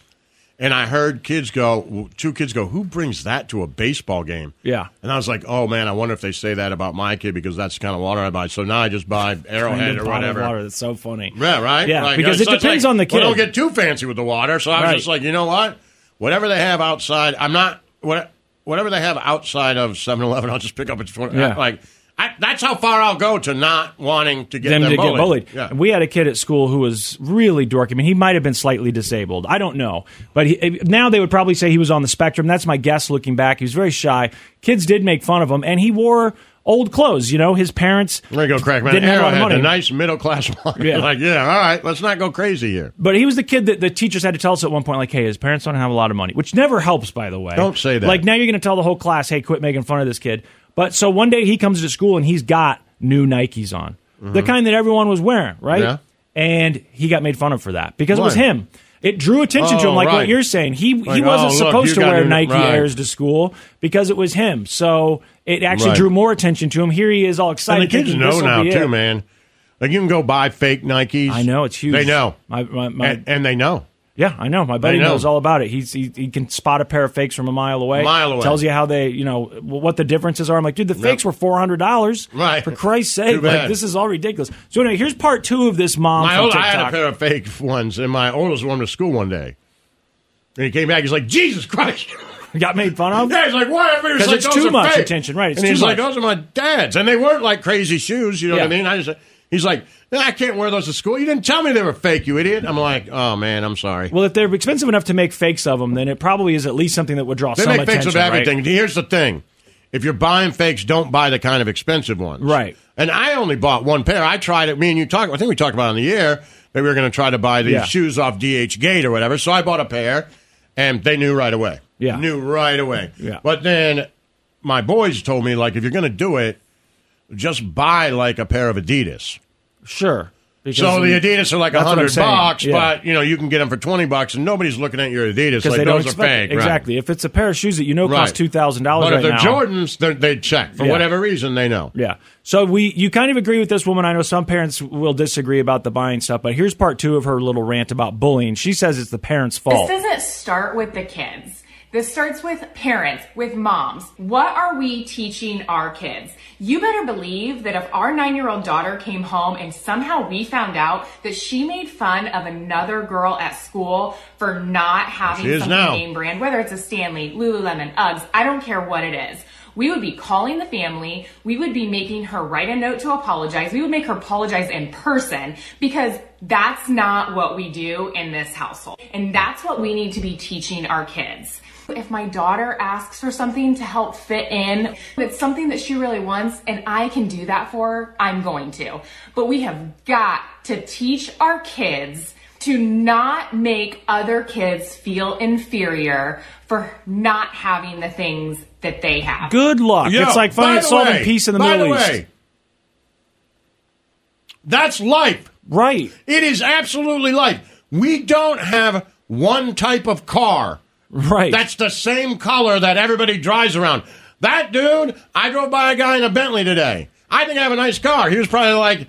S1: and I heard kids go, two kids go, "Who brings that to a baseball game?"
S2: Yeah.
S1: And I was like, "Oh man, I wonder if they say that about my kid because that's the kind of water I buy." So now I just buy Arrowhead
S2: Brandon
S1: or
S2: bottled
S1: whatever.
S2: Water. That's so funny.
S1: Yeah, right.
S2: Yeah,
S1: Like,
S2: because
S1: so
S2: it
S1: it's
S2: depends
S1: like,
S2: on the kid.
S1: Well, don't get too fancy with the water. So I was
S2: Right.
S1: just like, you know what? Whatever they have outside, I'm not what whatever they have outside of 7-Eleven, I'll just pick up at twenty.
S2: Yeah.
S1: Like I, that's how far I'll go to not wanting to get
S2: them to
S1: bullied.
S2: get bullied.
S1: Yeah.
S2: We had a kid at school who was really dorky. I mean, he might have been slightly disabled. I don't know, but he, now they would probably say he was on the spectrum. That's my guess. Looking back, he was very shy. Kids did make fun of him, and he wore old clothes. You know, his parents
S1: There you go, Crackman.
S2: didn't have a lot of
S1: Arrowhead,
S2: money.
S1: a nice middle class one.
S2: Yeah.
S1: like, yeah, all right, let's not go crazy here.
S2: But he was the kid that the teachers had to tell us at one point, like, hey, his parents don't have a lot of money, which never helps, by the way.
S1: Don't say that.
S2: Like, now you're going to tell the whole class, hey, quit making fun of this kid. But so one day he comes to school and he's got new Nikes on, the kind that everyone was wearing, right?
S1: Mm-hmm. Yeah.
S2: And he got made fun of for that because it was
S1: Why?
S2: him. It drew attention to
S1: Oh,
S2: him, like what
S1: right.
S2: you're saying. He he
S1: Like,
S2: wasn't
S1: oh, look,
S2: supposed
S1: you
S2: to
S1: got
S2: wear
S1: new-
S2: Nike
S1: right.
S2: Airs to school because it was him. So it actually
S1: Right.
S2: drew more attention to him. Here he is, all excited.
S1: And the kids
S2: thinking,
S1: know
S2: "This'll
S1: now,
S2: be
S1: too,
S2: it."
S1: man. Like, you can go buy fake Nikes.
S2: I know it's huge.
S1: They know.
S2: My, my, my,
S1: and, and they know.
S2: Yeah, I know. My buddy
S1: know.
S2: knows all about it. He's, he he can spot a pair of fakes from a mile away.
S1: Mile away.
S2: tells you how they, you know, wh- what the differences are. I'm like, dude, the fakes were four hundred dollars.
S1: Right.
S2: For Christ's sake,
S1: Too
S2: like
S1: bad.
S2: this is all ridiculous. So anyway, here's part two of this mom
S1: My
S2: from
S1: old, I
S2: TikTok.
S1: had a pair of fake ones, and my oldest one to school one day. And he came back, he's like, Jesus Christ.
S2: Got made fun of.
S1: Yeah, he's like, why? Because
S2: 'Cause
S1: like,
S2: it's
S1: those
S2: too
S1: are
S2: much
S1: fake.
S2: attention, right, it's
S1: and
S2: too
S1: he's like,
S2: much.
S1: those are my dad's, and they weren't like crazy shoes. You know what
S2: Yeah.
S1: I mean? I just, he's like, "Nah, I can't wear those to school. You didn't tell me they were fake, you idiot. I'm like, oh man, I'm sorry.
S2: Well, if they're expensive enough to make fakes of them, then it probably is at least something that would draw
S1: they
S2: some
S1: make fakes
S2: attention.
S1: of
S2: right?
S1: everything. Here's the thing: if you're buying fakes, don't buy the kind of expensive ones.
S2: Right.
S1: And I only bought one pair. I tried it. Me and you talked. I think we talked about it on the air that we were going to try to buy these
S2: Yeah.
S1: shoes off DH Gate or whatever. So I bought a pair, and they knew right away.
S2: Yeah.
S1: Knew right away.
S2: Yeah.
S1: But then my boys told me like, if you're going to do it, just buy like a pair of Adidas.
S2: Sure. Because
S1: So the Adidas are like a
S2: That's what I'm
S1: hundred
S2: saying,
S1: bucks,
S2: yeah.
S1: but you know you can get them for twenty bucks, and nobody's looking at your Adidas
S2: because
S1: like
S2: they don't
S1: those are
S2: expect
S1: fake. right.
S2: exactly. If it's a pair of shoes that you know cost two thousand dollars
S1: But
S2: right
S1: if they're
S2: now,
S1: Jordans, they're, they check for
S2: Yeah.
S1: whatever reason. They know.
S2: Yeah. So we you kind of agree with this woman. I know some parents will disagree about the buying stuff, but here's part two of her little rant about bullying. She says it's the parents' fault.
S5: This doesn't start with the kids. This starts with parents, with moms. What are we teaching our kids? You better believe that if our nine year old daughter came home and somehow we found out that she made fun of another girl at school for not having
S1: She is
S5: something
S1: now.
S5: name brand, whether it's a Stanley, Lululemon, Uggs, I don't care what it is. We would be calling the family. We would be making her write a note to apologize. We would make her apologize in person because that's not what we do in this household. And that's what we need to be teaching our kids. If my daughter asks for something to help fit in, if it's something that she really wants and I can do that for her, I'm going to. But we have got to teach our kids to not make other kids feel inferior for not having the things that they have.
S2: Good luck.
S1: Yo,
S2: it's like
S1: by
S2: finding
S1: the
S2: solving
S1: way-
S2: peace in the
S1: by
S2: Middle
S1: the
S2: East.
S1: way, that's life.
S2: Right.
S1: It is absolutely life. We don't have one type of car
S2: Right.
S1: that's the same color that everybody drives around. That dude, I drove by a guy in a Bentley today. I think I have a nice car. He was probably like,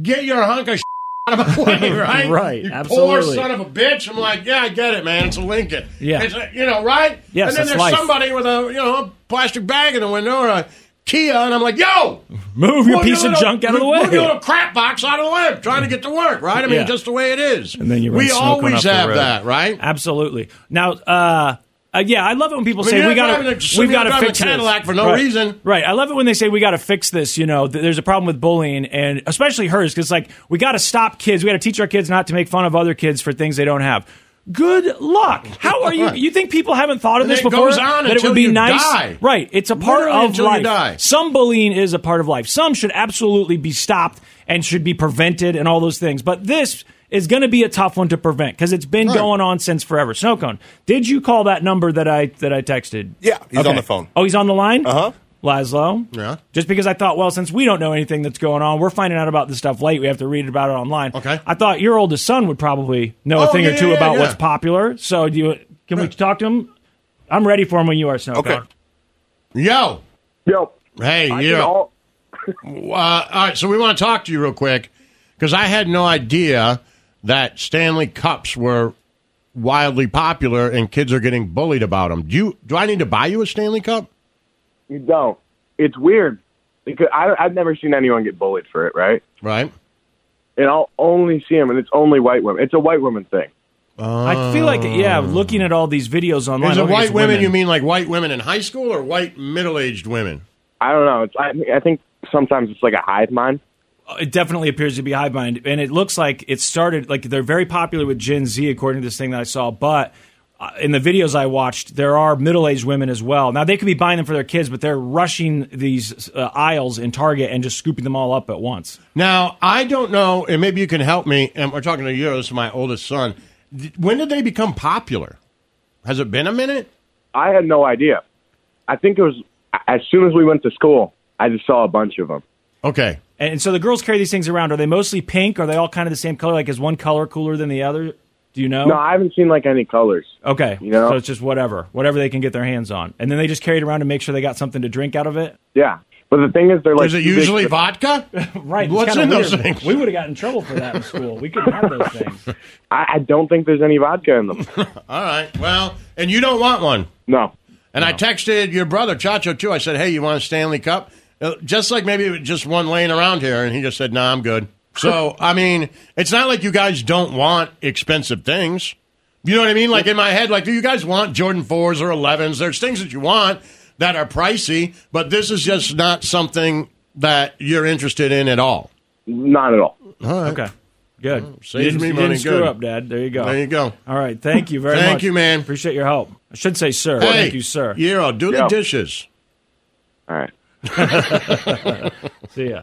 S1: "Get your hunk of." Out of my way, right?
S2: Right,
S1: you
S2: absolutely.
S1: Poor son of a bitch. I'm like, yeah, I get it, man. It's a Lincoln.
S2: Yeah.
S1: It's a- you know, right?
S2: Yes,
S1: and then
S2: that's
S1: there's
S2: life.
S1: somebody with a you know a plastic bag in the window or a Kia, and I'm like, yo,
S2: Move your piece of
S1: little-
S2: junk out of the
S1: Move your
S2: way.
S1: little crap box out of the way. I'm trying to get to work, right? I mean,
S2: Yeah.
S1: just the way it is.
S2: And then you run
S1: we
S2: smoke on
S1: always
S2: up the
S1: have
S2: road.
S1: that, right?
S2: Absolutely. Now uh uh, yeah, I love it when people
S1: I mean,
S2: say
S1: you're
S2: we
S1: not
S2: got
S1: driving
S2: to
S1: a-
S2: we've got
S1: you're
S2: to
S1: driving a
S2: fix this."
S1: Cadillac for no
S2: Right.
S1: reason.
S2: Right. I love it when they say we got to fix this. You know, th- there's a problem with bullying, and especially hers, because like we got to stop kids. We got to teach our kids not to make fun of other kids for things they don't have. Good luck. How are you? You think people haven't thought of
S1: And
S2: this
S1: it
S2: before?
S1: goes on
S2: that it
S1: until
S2: would be
S1: you
S2: nice,
S1: die.
S2: right? It's a part
S1: Literally
S2: of
S1: until you
S2: life.
S1: die.
S2: Some bullying is a part of life. Some should absolutely be stopped and should be prevented, and all those things. But this is going to be a tough one to prevent because it's been
S1: Right.
S2: going on since forever. Snowcone, did you call that number that I that I texted?
S4: Yeah, he's on the phone.
S2: Oh, he's on the line?
S4: Uh-huh.
S2: Laszlo?
S1: Yeah.
S2: Just because I thought, well, since we don't know anything that's going on, we're finding out about this stuff late. We have to read about it online.
S1: Okay.
S2: I thought your oldest son would probably know
S1: Oh,
S2: a thing
S1: yeah,
S2: or two
S1: yeah,
S2: about
S1: yeah.
S2: what's popular. So do you can we talk to him? I'm ready for him when you are, Snowcone.
S4: Okay.
S1: Yo,
S6: Yo,
S1: hey,
S6: I
S1: you.
S6: can all.
S1: Uh, all right, so we want to talk to you real quick because I had no idea that Stanley Cups were wildly popular and kids are getting bullied about them. Do you? Do I need to buy you a Stanley Cup?
S6: You don't. It's weird because I, I've never seen anyone get bullied for it, right?
S1: Right.
S6: And I'll only see them, and it's only white women. It's a white woman thing.
S2: I feel like yeah, looking at all these videos online.
S1: Oh. Is
S2: I
S1: it
S2: think
S1: white
S2: it's
S1: women, You mean like white women in high school or white middle-aged women?
S6: I don't know. It's, I, think- I think sometimes it's like a hive mind.
S2: it definitely appears to be hive mind and it looks like it started like they're very popular with gen z according to this thing that i saw but uh, in the videos I watched, there are middle aged women as well. Now, they could be buying them for their kids, but they're rushing these uh, aisles in Target and just scooping them all up at once.
S1: Now, I don't know, and maybe you can help me. And we're talking to you. This is my oldest son. D- When did they become popular? Has it been a minute?
S6: I had no idea. I think it was as soon as we went to school. I just saw a bunch of them.
S1: Okay.
S2: And so the girls carry these things around. Are they mostly pink? Are they all kind of the same color? Like, is one color cooler than the other? Do you know?
S6: No, I haven't seen like any colors.
S2: Okay.
S6: You know?
S2: So it's just whatever, whatever they can get their hands on. And then they just carry it around to make sure they got something to drink out of it.
S6: Yeah, but the thing is, they're like.
S2: Is it
S6: too big
S2: usually
S6: for-
S1: vodka?
S2: right. it's
S6: What's
S2: kinda
S6: in those
S2: weird.
S6: things?
S2: We would have gotten in trouble for that in school. We couldn't have those things.
S6: I, I don't think there's any vodka in them.
S1: All right. Well, and you don't want one.
S6: No.
S1: And I texted your brother Chacho too. I said, "Hey, you want a Stanley Cup?" Uh, Just like maybe it was just one laying around here, and he just said, "No, nah, I'm good." So I mean, it's not like you guys don't want expensive things. You know what I mean? Like in my head, like, do you guys want Jordan fours or elevens? There's things that you want that are pricey, but this is just not something that you're interested in at all.
S6: Not at all.
S2: Okay. Good.
S1: saves
S2: you didn't,
S1: Oh, me
S2: you
S1: money.
S2: didn't screw
S1: Good.
S2: up, Dad. There you go.
S1: There you go.
S2: All right. Thank you very much.
S1: Thank you, man.
S2: Appreciate your help. I should say, sir.
S1: Hey,
S2: Thank you, sir.
S1: Euro, do the
S2: Yeah.
S1: dishes.
S6: All right.
S2: See ya.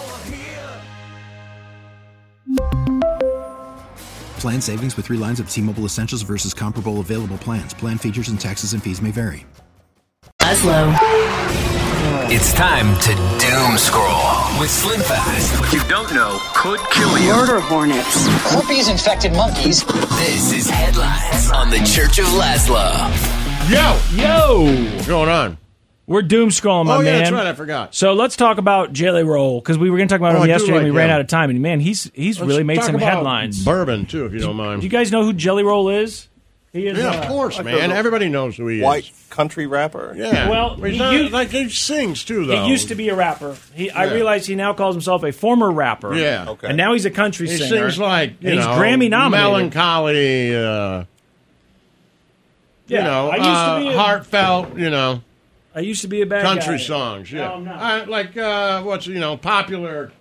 S7: Plan savings with three lines of T-Mobile Essentials versus comparable available plans. Plan features and taxes and fees may vary.
S3: Laszlo.
S8: It's time to doom scroll with Slim Fast. What you don't know could kill you. Murder hornets. Herpes infected monkeys. This is Headlines on the Church of Laszlo.
S1: Yo,
S2: yo,
S1: what's going on?
S2: We're doom scrolling, my
S1: oh yeah,
S2: man.
S1: that's right. I forgot.
S2: So let's talk about Jelly Roll because we were going to talk about
S1: Oh, I
S2: him
S1: do
S2: yesterday and
S1: like
S2: we ran
S1: him.
S2: out of time. And man, he's he's
S1: Let's
S2: really made
S1: talk
S2: some
S1: about
S2: headlines.
S1: Bourbon too, if you don't mind.
S2: Do you guys know who Jelly Roll is? He is,
S1: yeah,
S2: uh,
S1: of course, man. Everybody knows who he
S4: White
S1: is.
S4: country rapper.
S1: Yeah.
S2: Well,
S1: he's
S2: he
S1: not,
S2: used-
S1: like he sings too, though.
S2: He used to be a rapper. He, I
S1: Yeah.
S2: realize he now calls himself a former rapper.
S1: Yeah. Okay.
S2: And now he's a country
S1: He
S2: singer.
S1: sings like you
S2: and he's
S1: know,
S2: Grammy nominated.
S1: melancholy. Uh,
S2: Yeah,
S1: you know,
S2: I used to
S1: uh,
S2: be a-
S1: heartfelt. You know,
S2: I used to be a bad
S1: country
S2: guy.
S1: songs. Yeah,
S2: No, I'm not.
S1: I- like uh, what's you know popular.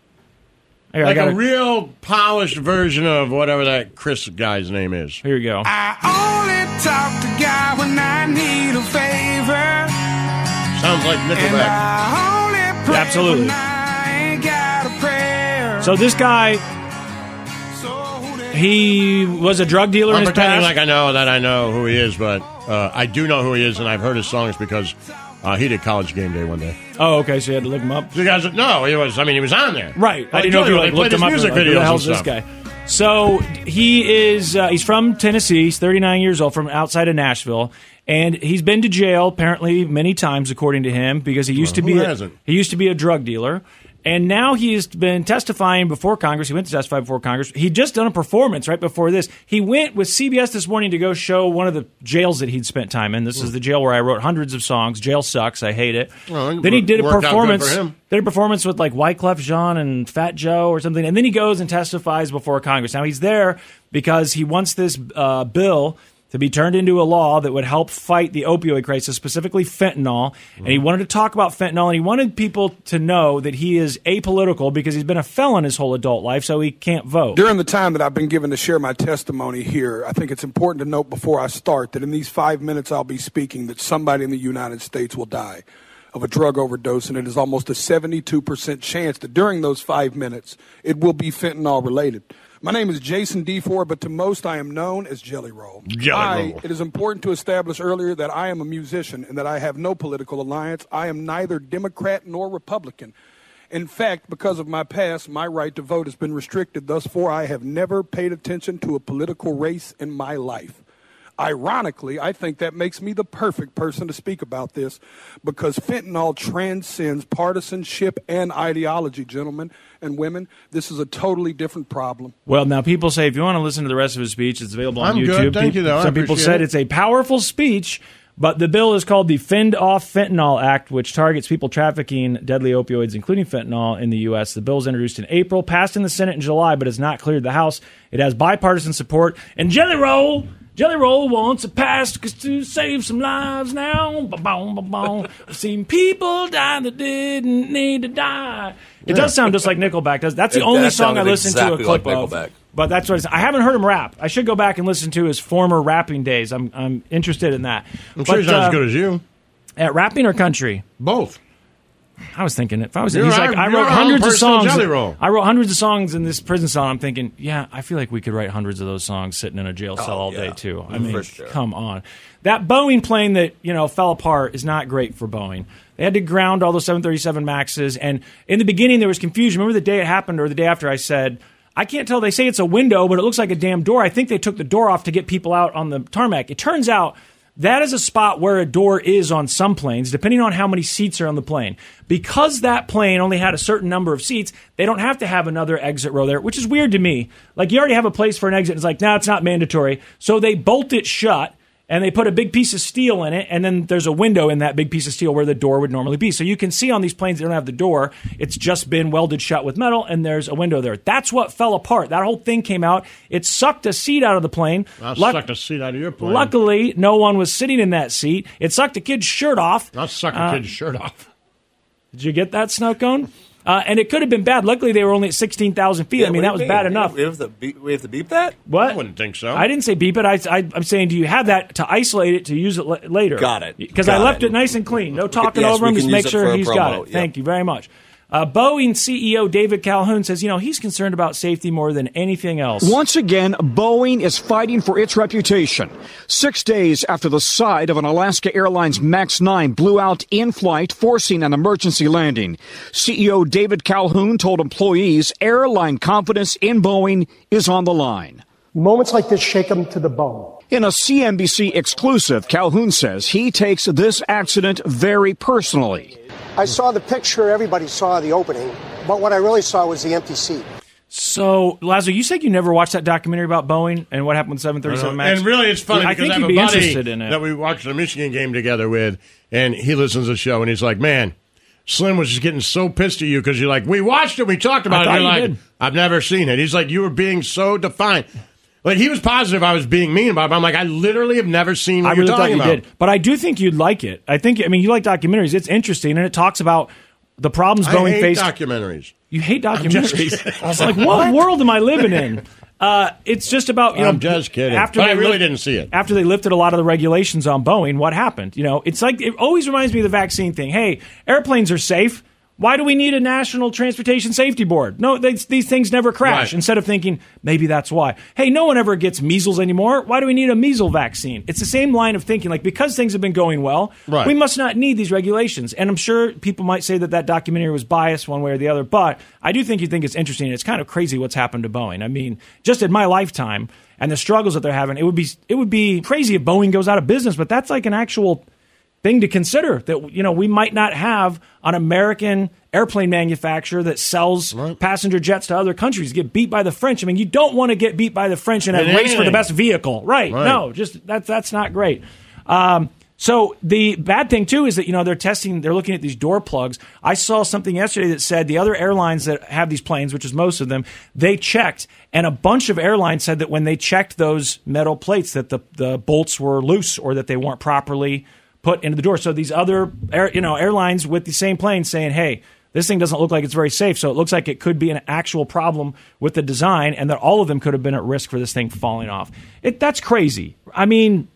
S2: Here, I
S1: like
S2: gotta-
S1: a real polished version of whatever that Chris guy's name is. Ah.
S2: Here you go.
S9: Only talk to God when I need a favor.
S1: Sounds like Nickelback.
S2: Absolutely.
S9: I ain't got a prayer.
S2: So this guy, he was a drug dealer
S1: I'm
S2: in his
S1: pretending
S2: past.
S1: like I know that I know who he is, but uh, I do know who he is, and I've heard his songs because uh, he did College Game Day one day.
S2: oh, okay. So you had to look him up.
S1: You guys, no, he was. I mean, he was on there.
S2: Right. I
S1: Like,
S2: didn't know if you
S1: they
S2: like
S1: played
S2: looked
S1: his
S2: him up. and
S1: Music
S2: were like,
S1: videos
S2: Who the hell's
S1: and
S2: this
S1: stuff.
S2: guy? So he is. Uh, he's from Tennessee. He's 39 years old, from outside of Nashville, and he's been to jail apparently many times, according to him, because he used
S1: Well,
S2: to be.
S1: who
S2: a-
S1: hasn't?
S2: He used to be a drug dealer. And now he's been testifying before Congress. He went to testify before Congress. He just done a performance right before this. He went with CBS this morning to go show one of the jails that he'd spent time in.
S1: Hmm.
S2: This is the jail where I wrote hundreds of songs. Jail sucks. I hate it.
S1: Well, it
S2: then he
S1: wor-
S2: did a
S1: worked out good for
S2: performance.
S1: him.
S2: Did a performance with like Wyclef Jean and Fat Joe or something, and then he goes and testifies before Congress. Now he's there because he wants this uh, bill to be turned into a law that would help fight the opioid crisis, specifically fentanyl. And he wanted to talk about fentanyl, and he wanted people to know that he is apolitical because he's been a felon his whole adult life, so he can't vote.
S10: During the time that I've been given to share my testimony here, I think it's important to note before I start that in these five minutes I'll be speaking that somebody in the United States will die of a drug overdose, and it is almost a 72% chance that during those five minutes it will be fentanyl related. My name is Jason D. Ford, but to most I am known as Jelly Roll. I-
S11: Jelly Roll.
S10: It is important to establish earlier that I am a musician and that I have no political alliance. I am neither Democrat nor Republican. In fact, because of my past, my right to vote has been restricted. Thus, far, I have never paid attention to a political race in my life. Ironically, I think that makes me the perfect person to speak about this because fentanyl transcends partisanship and ideology, gentlemen and women. This is a totally different problem.
S2: Well, now people say if you want to listen to the rest of his speech, it's available on
S10: I'm
S2: YouTube.
S10: good. Thank
S2: Pe-
S10: you, though. I
S2: Some people
S10: appreciate
S2: said
S10: it.
S2: it's a powerful speech, but the bill is called the Fend Off Fentanyl Act, which targets people trafficking deadly opioids, including fentanyl, in the U.S. The bill was introduced in April, passed in the Senate in July, but has not cleared the House. It has bipartisan support. And Jelly Roll. Jelly Roll wants a pass to save some lives now. Ba-boom, ba-boom. I've seen people die that didn't need to die. It does sound just like Nickelback does. That's the
S4: It-
S2: only
S4: that
S2: song I
S4: sounded
S2: listened to a
S4: exactly
S2: clip
S4: like
S2: of.
S4: Nickelback.
S2: But that's what it's, I haven't heard him rap. I should go back and listen to his former rapping days. I'm I'm interested in that.
S1: I'm sure he's not as good as
S2: you. At rapping or country?
S1: Both.
S2: I was thinking if I was
S1: You're
S2: he's
S1: our-
S2: like I
S1: you're
S2: wrote
S1: our own
S2: hundreds of
S1: personal
S2: songs.
S1: Jelly Roll.
S2: I wrote hundreds of songs in this prison cell. and I'm thinking, yeah, I feel like we could write hundreds of those songs sitting in a jail cell all day too. I
S4: Mm,
S2: mean,
S4: Oh, for sure.
S2: come on. That Boeing plane that you know fell apart is not great for Boeing. They had to ground all those 737 Maxes, and in the beginning there was confusion. Remember the day it happened, or the day after? I said. I can't tell. They say it's a window, but it looks like a damn door. I think they took the door off to get people out on the tarmac. It turns out that is a spot where a door is on some planes, depending on how many seats are on the plane. Because that plane only had a certain number of seats, they don't have to have another exit row there, which is weird to me. Like, you already have a place for an exit. It's like, no, it's not mandatory. So they bolt it shut and they put a big piece of steel in it, and then there's a window in that big piece of steel where the door would normally be. So you can see on these planes that don't have the door, it's just been welded shut with metal, and there's a window there. That's what fell apart. That whole thing came out. It sucked a seat out of the plane.
S1: I
S2: Luck-
S1: sucked a seat out of your plane.
S2: Luckily, no one was sitting in that seat. It sucked a kid's shirt off. Uh,
S1: I sucked a kid's shirt off.
S2: Did you get that snow cone? Uh, and it could have been bad. Luckily, they were only at 16,000 feet. I mean, that was bad enough.
S4: We have, to beep, we have to beep that?
S2: What? I
S4: wouldn't think
S1: Oh.
S4: so.
S2: I didn't say beep it. I, am saying, do you have that to isolate it to use it l- later?
S4: Got it.
S2: Because I
S4: Got
S2: left it. nice and clean. No talking
S4: Yes,
S2: over
S4: we
S2: him.
S4: can
S2: Just
S4: use
S2: make
S4: it for
S2: sure
S4: a
S2: he's
S4: promo,
S2: got it.
S4: yeah.
S2: Thank you very much. Uh, Boeing CEO David Calhoun says, you know, he's concerned about safety more than anything else.
S12: Once again, Boeing is fighting for its reputation. Six days after the side of an Alaska Airlines MAX 9 blew out in flight, forcing an emergency landing, CEO David Calhoun told employees airline confidence in Boeing is on the line.
S13: Moments like this shake them to the bone.
S12: In a CNBC exclusive, Calhoun says he takes this accident very personally.
S13: I saw the picture, everybody saw the opening, but what I really saw was the empty seat.
S2: So, Lazo, you said you never watched that documentary about Boeing and what happened with
S1: I
S2: 737
S1: know.
S2: Max.
S1: And really, it's funny
S2: I
S1: because
S2: think
S1: I have
S2: you'd
S1: a
S2: be
S1: buddy
S2: interested in it.
S1: that we watched the Michigan game together with, and he listens to the show, and he's like, "Man, Slim was just getting so pissed at you because you're like, we watched it, we talked
S2: I
S1: about it.
S2: thought
S1: You're
S2: you
S1: like,
S2: did.
S1: I've never seen it. He's like, you were being so defiant. Like he was positive I was being mean about it. But I'm like, I literally have never seen what
S2: I
S1: you're
S2: really thought
S1: talking
S2: you
S1: about.
S2: did, but I do think you'd like it. I think. I mean, you like documentaries. It's interesting, and it talks about the problems
S1: I
S2: Boeing
S1: hate
S2: faced.
S1: documentaries.
S2: you hate
S1: I'm just kidding.
S2: documentaries. I was like, what, world am I living in? Uh, it's just about you know.
S1: I'm just kidding. But I
S2: they
S1: really
S2: lift-
S1: didn't see it.
S2: After they lifted a lot of the regulations on Boeing, what happened? You know, it's like it always reminds me of the vaccine thing. Hey, airplanes are safe. Why do we need a national transportation safety board? No, they, these things never crash.
S1: Right.
S2: Instead of thinking maybe that's why. Hey, no one ever gets measles anymore. Why do we need a measles vaccine? It's the same line of thinking. Like because things have been going well,
S1: Right.
S2: we must not need these regulations. And I'm sure people might say that that documentary was biased one way or the other, but I do think you think it's interesting. It's kind of crazy what's happened to Boeing. I mean, just in my lifetime and the struggles that they're having, it would be it would be crazy if Boeing goes out of business. But that's like an actual thing to consider that you know we might not have an American airplane manufacturer that sells passenger jets to other countries get beat by the French. I mean, you don't want to get beat by the French in a
S1: In
S2: race for the
S1: anything.
S2: best vehicle, right?
S1: Right.
S2: No, just that's that's not great. Um, So the bad thing too is that you know they're testing, they're looking at these door plugs. I saw something yesterday that said the other airlines that have these planes, which is most of them, they checked, and a bunch of airlines said that when they checked those metal plates, that the the bolts were loose or that they weren't properly put into the door. So these other air, you know airlines with the same plane saying, hey. This thing doesn't look like it's very safe, so it looks like it could be an actual problem with the design, and that all of them could have been at risk for this thing falling off. It, that's crazy. I mean,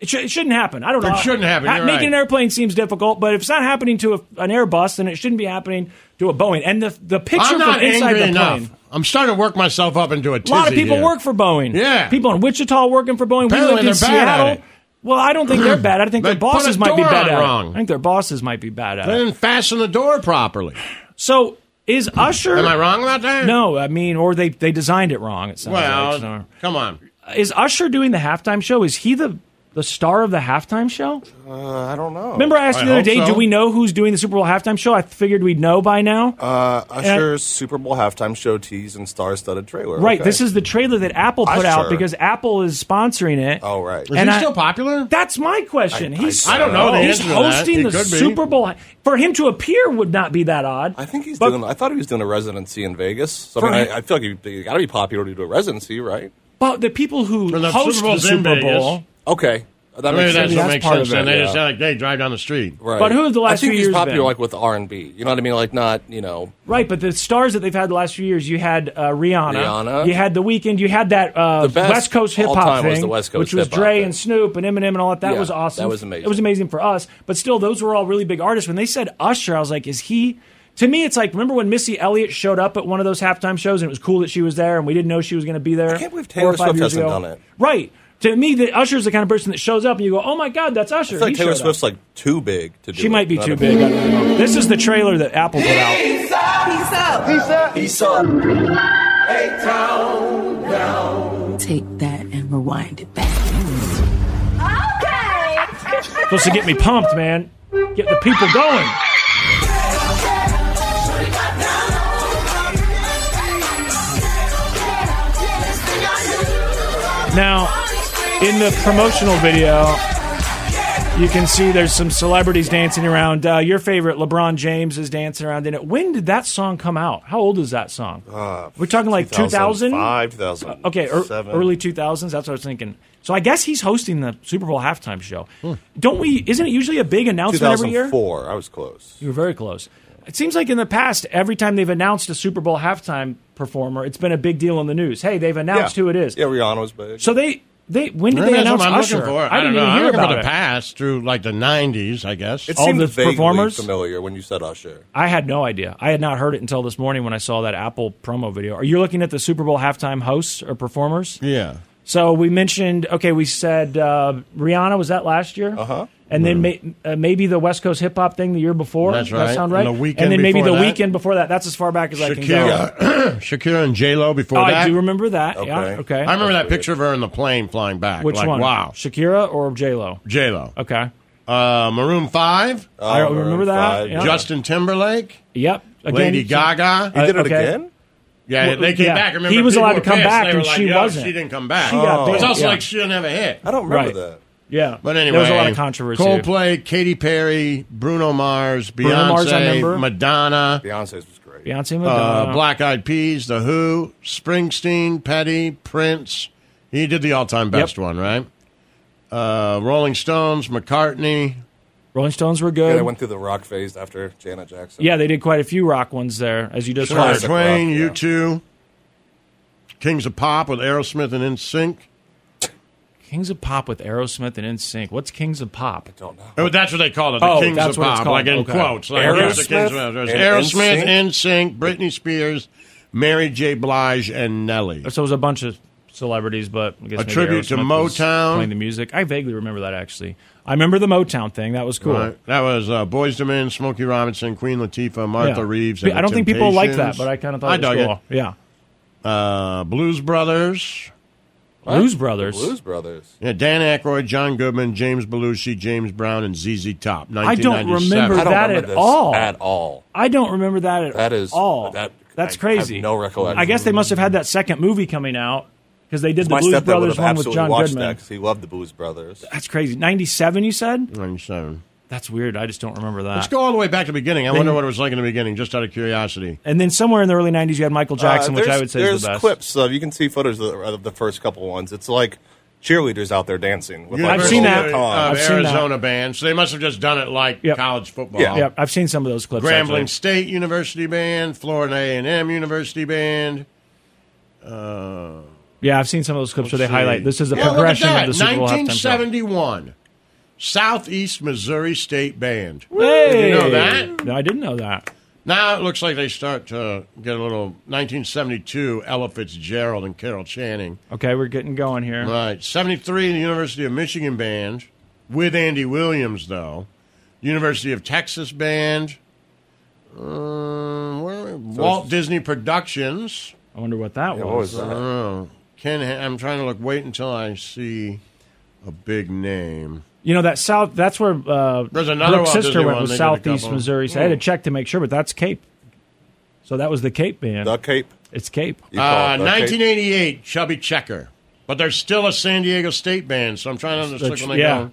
S2: it, sh- it shouldn't happen. I don't know.
S1: It shouldn't happen.
S2: Ha-
S1: You're
S2: making
S1: right.
S2: an airplane seems difficult, but if it's not happening to a, an Airbus, then it shouldn't be happening to a Boeing. And the the picture
S1: I'm not
S2: from inside
S1: angry
S2: the
S1: enough.
S2: plane.
S1: I'm starting to work myself up into a
S2: A
S1: tizzy.
S2: lot of people
S1: here.
S2: work for Boeing.
S1: Yeah.
S2: people in Wichita working for Boeing. we
S1: Apparently
S2: lived in
S1: they're bad at
S2: Seattle.
S1: it.
S2: Well, I don't think they're bad. I think
S1: They
S2: their bosses
S1: put a
S2: might be
S1: door
S2: bad
S1: on
S2: at
S1: wrong.
S2: it. I think their bosses might be bad at
S1: They
S2: it.
S1: didn't fasten the door properly.
S2: So is Usher?
S1: Am I wrong about that?
S2: No, I mean, or they they designed it wrong. It sounds
S1: Well,
S2: like. So-
S1: come on.
S2: Is Usher doing the halftime show? Is he the the star of the halftime show?
S4: Uh, I don't
S1: Oh,
S4: know.
S2: Remember, I asked you the other day, do we know who's doing the Super Bowl halftime show? I figured we'd know by now.
S4: Uh,
S2: And I-
S4: Usher's Super Bowl halftime show tease and star-studded trailer.
S2: Right,
S4: Okay.
S2: this is the trailer that Apple put out
S4: Usher.
S2: because Apple is sponsoring it.
S4: Oh right. Is
S1: he still popular?
S2: That's my question.
S4: I-
S2: he's
S4: I- I don't know the
S2: He's
S4: answer to that.
S2: hosting
S4: It
S2: the
S4: could be.
S2: Super Bowl. For him to appear would not be that odd. I
S4: think he's
S2: but,
S4: doing, I thought he was doing a residency in Vegas. So,
S2: For
S4: I mean,
S2: him-
S4: I, I feel like you, you got to be popular to do a residency, right?
S2: But the people who host the Super Bowl.
S4: Okay, that
S1: Maybe
S4: makes
S1: that's
S4: sense.
S1: what makes sense. Then they
S4: yeah.
S1: just sound like they drive down the street.
S4: Right.
S2: But who have the last
S4: I
S2: few
S4: think he's
S2: years
S4: popular
S2: been?
S4: like with R and B. You know what I mean? Like not you know
S2: Right, but the stars that they've had the last few years, you had uh, Rihanna,
S4: Rihanna.
S2: you had The Weeknd, you had that uh,
S4: The best
S2: West Coast hip hop
S4: all-time
S2: thing,
S4: was the West Coast
S2: which was
S4: hip-hop
S2: Dre
S4: thing.
S2: and Snoop and Eminem and all that. That
S4: Yeah,
S2: was awesome.
S4: that was amazing.
S2: It was amazing for us, but still, those were all really big artists. When they said Usher, I was like, is he? To me, it's like remember when Missy Elliott showed up at one of those halftime shows, and it was cool that she was there, and we didn't know she was going to be there. I can't believe
S4: Taylor Swift hasn't done it.
S2: Right. To me, the Usher is the kind of person that shows up and you go, "Oh my God, that's Usher."
S4: I feel
S2: He
S4: like Taylor
S2: showed up.
S4: Swift's like too big to do.
S2: She
S4: it.
S2: might be
S4: Not
S2: too
S4: a-
S2: big. I don't know. This is the trailer that Apple put out.
S9: Peace up. Peace up. Peace up. Peace up. Hey, town down.
S3: Take that and rewind it back.
S2: Supposed to get me pumped, man. Get the people going. Now, in the promotional video, you can see there's some celebrities dancing around. Uh, your favorite, LeBron James, is dancing around in it. When did that song come out? How old is that song?
S4: Uh,
S2: We're talking like 2000?
S4: 2005, 2000.
S2: Okay, er, early 2000s. That's what I was thinking. So I guess he's hosting the Super Bowl halftime show. Don't we? Isn't it usually a big announcement every year?
S4: 2004. I was close.
S2: You were very close. It seems like in the past, every time they've announced a Super Bowl halftime performer, it's been a big deal in the news. Hey, they've announced
S4: yeah.
S2: who it is.
S4: Yeah, Rihanna was big.
S2: So they they when did
S1: Maybe
S2: they
S1: that's
S2: announce
S1: what I'm
S2: Usher?
S1: looking for.
S2: I,
S1: don't
S2: didn't
S1: know.
S2: even
S1: I'm
S2: hear
S1: looking
S2: about
S1: for the
S2: it.
S1: past through like the 90s, I guess.
S4: It
S2: All
S4: seemed
S2: the
S4: vaguely
S2: performers?
S4: familiar when you said Usher.
S2: I had no idea. I had not heard it until this morning when I saw that Apple promo video. Are you looking at the Super Bowl halftime hosts or performers?
S1: Yeah.
S2: So we mentioned, okay, we said uh, Rihanna was that last year, uh-huh. and then may, uh, maybe the West Coast hip hop thing the year before.
S1: That's
S2: Does that
S1: right.
S2: sound right?
S1: And the Weeknd
S2: then maybe
S1: before
S2: the
S1: that.
S2: weekend before that. That's as far back as I can go.
S1: Shakira, Shakira and J Lo before
S2: uh, Oh, I
S1: that.
S2: do remember that. Yeah, okay.
S1: I remember
S2: That's
S1: that picture of her in the plane flying back.
S2: Which
S1: like,
S2: one?
S1: Wow,
S2: Shakira or J Lo?
S1: J Lo.
S2: Okay.
S1: Uh, Maroon Five.
S2: I remember Oh, Maroon that, five, yeah.
S1: Justin Timberlake.
S2: Yep. Again,
S1: Lady
S2: so-
S1: Gaga.
S2: He did it Okay. again?
S1: Yeah,
S2: Well,
S1: they came
S2: yeah.
S1: back. Remember,
S2: He was
S1: people
S2: allowed
S1: were
S2: to come
S1: pissed.
S2: back,
S1: They were
S2: and
S1: like,
S2: she
S1: "Yo,
S2: wasn't."
S1: She didn't come back.
S2: She got
S1: It's
S2: banned,
S1: also
S2: yeah.
S1: like she didn't have a hit.
S4: I don't
S2: Oh. remember Right.
S4: that.
S2: Yeah.
S1: But anyway,
S2: There was a lot of controversy.
S1: Coldplay, Katy Perry, Bruno Mars, Beyonce,
S2: Bruno Mars, I remember.
S1: Madonna,
S4: Beyonce's was great.
S2: Beyonce, Madonna.
S1: uh, Black Eyed Peas, The Who, Springsteen, Petty, Prince. He did the all-time best one, right? Uh, Rolling Stones, McCartney.
S2: Rolling Stones were
S4: Yeah,
S2: good.
S4: they went through the rock phase after Janet Jackson.
S2: Yeah, they did quite a few rock ones there, as you just
S1: Shania
S2: heard.
S1: Twain, you two, Kings of Pop with Aerosmith and NSYNC.
S2: Kings of Pop with Aerosmith and NSYNC. What's Kings of Pop? I
S4: don't know.
S1: Oh, that's what they call it. The
S2: Oh,
S1: Kings
S2: that's
S1: of
S2: what it's
S1: Pop,
S2: called,
S1: like in
S2: okay.
S1: quotes. Like, here's the Kings of-
S2: Aerosmith
S1: there's
S2: and
S1: Aerosmith, NSYNC, Britney Spears, Mary J. Blige, and Nelly.
S2: So it was a bunch of celebrities, but I guess
S1: A
S2: maybe
S1: tribute to
S2: Aerosmith was
S1: Motown.
S2: playing the music. I vaguely remember that actually. I remember the Motown thing. That was cool.
S1: Right. That was uh, Boys to Men, Smokey Robinson, Queen Latifah, Martha
S2: Yeah.
S1: Reeves.
S2: I
S1: and the
S2: don't think people liked that,
S1: Temptations.
S2: but I kinda thought it was
S1: dug
S2: cool. Yeah.
S1: Uh, Blues Brothers.
S2: What? Blues Brothers?
S4: Blues Brothers.
S1: Yeah, Dan Aykroyd, John Goodman, James Belushi, James Brown, and ZZ Top.
S2: I don't
S1: 1997.
S2: remember that at all.
S4: at all.
S2: I don't remember that at
S4: That is
S2: all.
S4: that.
S2: That's
S4: I
S2: crazy.
S4: Have no recollection.
S2: I guess they must have had that second movie coming out because they did the
S4: My
S2: Blues
S4: stepdad
S2: Brothers
S4: would have
S2: one with
S4: absolutely
S2: John
S4: watched
S2: Goodman.
S4: that 'cause he loved the Blues Brothers.
S2: That's crazy. Ninety-seven, you said?
S1: Ninety-seven.
S2: That's weird. I just don't remember that.
S1: Let's go all the way back to the beginning. I
S2: Then-
S1: wonder what it was like in the beginning, just out of curiosity.
S2: And then somewhere in the early '90s, you had Michael Jackson,
S4: Uh,
S2: which I
S4: there's-
S2: would say is
S4: there's
S2: the best.
S4: clips of you can see photos of the, of the first couple ones. It's like cheerleaders out there dancing. With like
S1: University
S4: people on the
S1: of
S4: con.
S1: Uh, Arizona band. So they must have just done it like college football.
S2: Yeah, yeah, I've seen some of those clips.
S1: Grambling
S2: actually.
S1: State University band, Florida A and M University band. Uh,
S2: Yeah, I've seen some of those clips where they
S1: let's see.
S2: highlight. This is the
S1: Oh, Yeah, look at
S2: progression
S1: that.
S2: of the Super Bowl halftime show.
S1: 1971, Southeast Missouri State Band.
S2: Hey!
S1: Did you know that?
S2: No, I didn't know that.
S1: Now it looks like they start to get a little 1972 Ella Fitzgerald and Carol Channing.
S2: Okay, we're getting going here.
S1: Right. 73, the University of Michigan Band, with Andy Williams, though. University of Texas Band. Um, where- Walt Disney Productions.
S2: I wonder what that was.
S1: Yeah, what was that? I don't know. Ken, Ha- I'm trying to look. Wait until I see a big name.
S2: You know that South. That's where uh,
S1: There's another
S2: Brooke's
S1: Walt
S2: sister
S1: Disney
S2: went
S1: one.
S2: was
S1: They did a
S2: Southeast
S1: couple.
S2: Missouri. So I had to
S1: Hmm.
S2: check to make sure, but that's Cape. So that was the Cape band. The
S4: Cape.
S2: It's Cape.
S1: Uh, 1988, Chubby Checker. But they're still a San Diego State band, so I'm trying to understand when they
S2: yeah.
S1: go.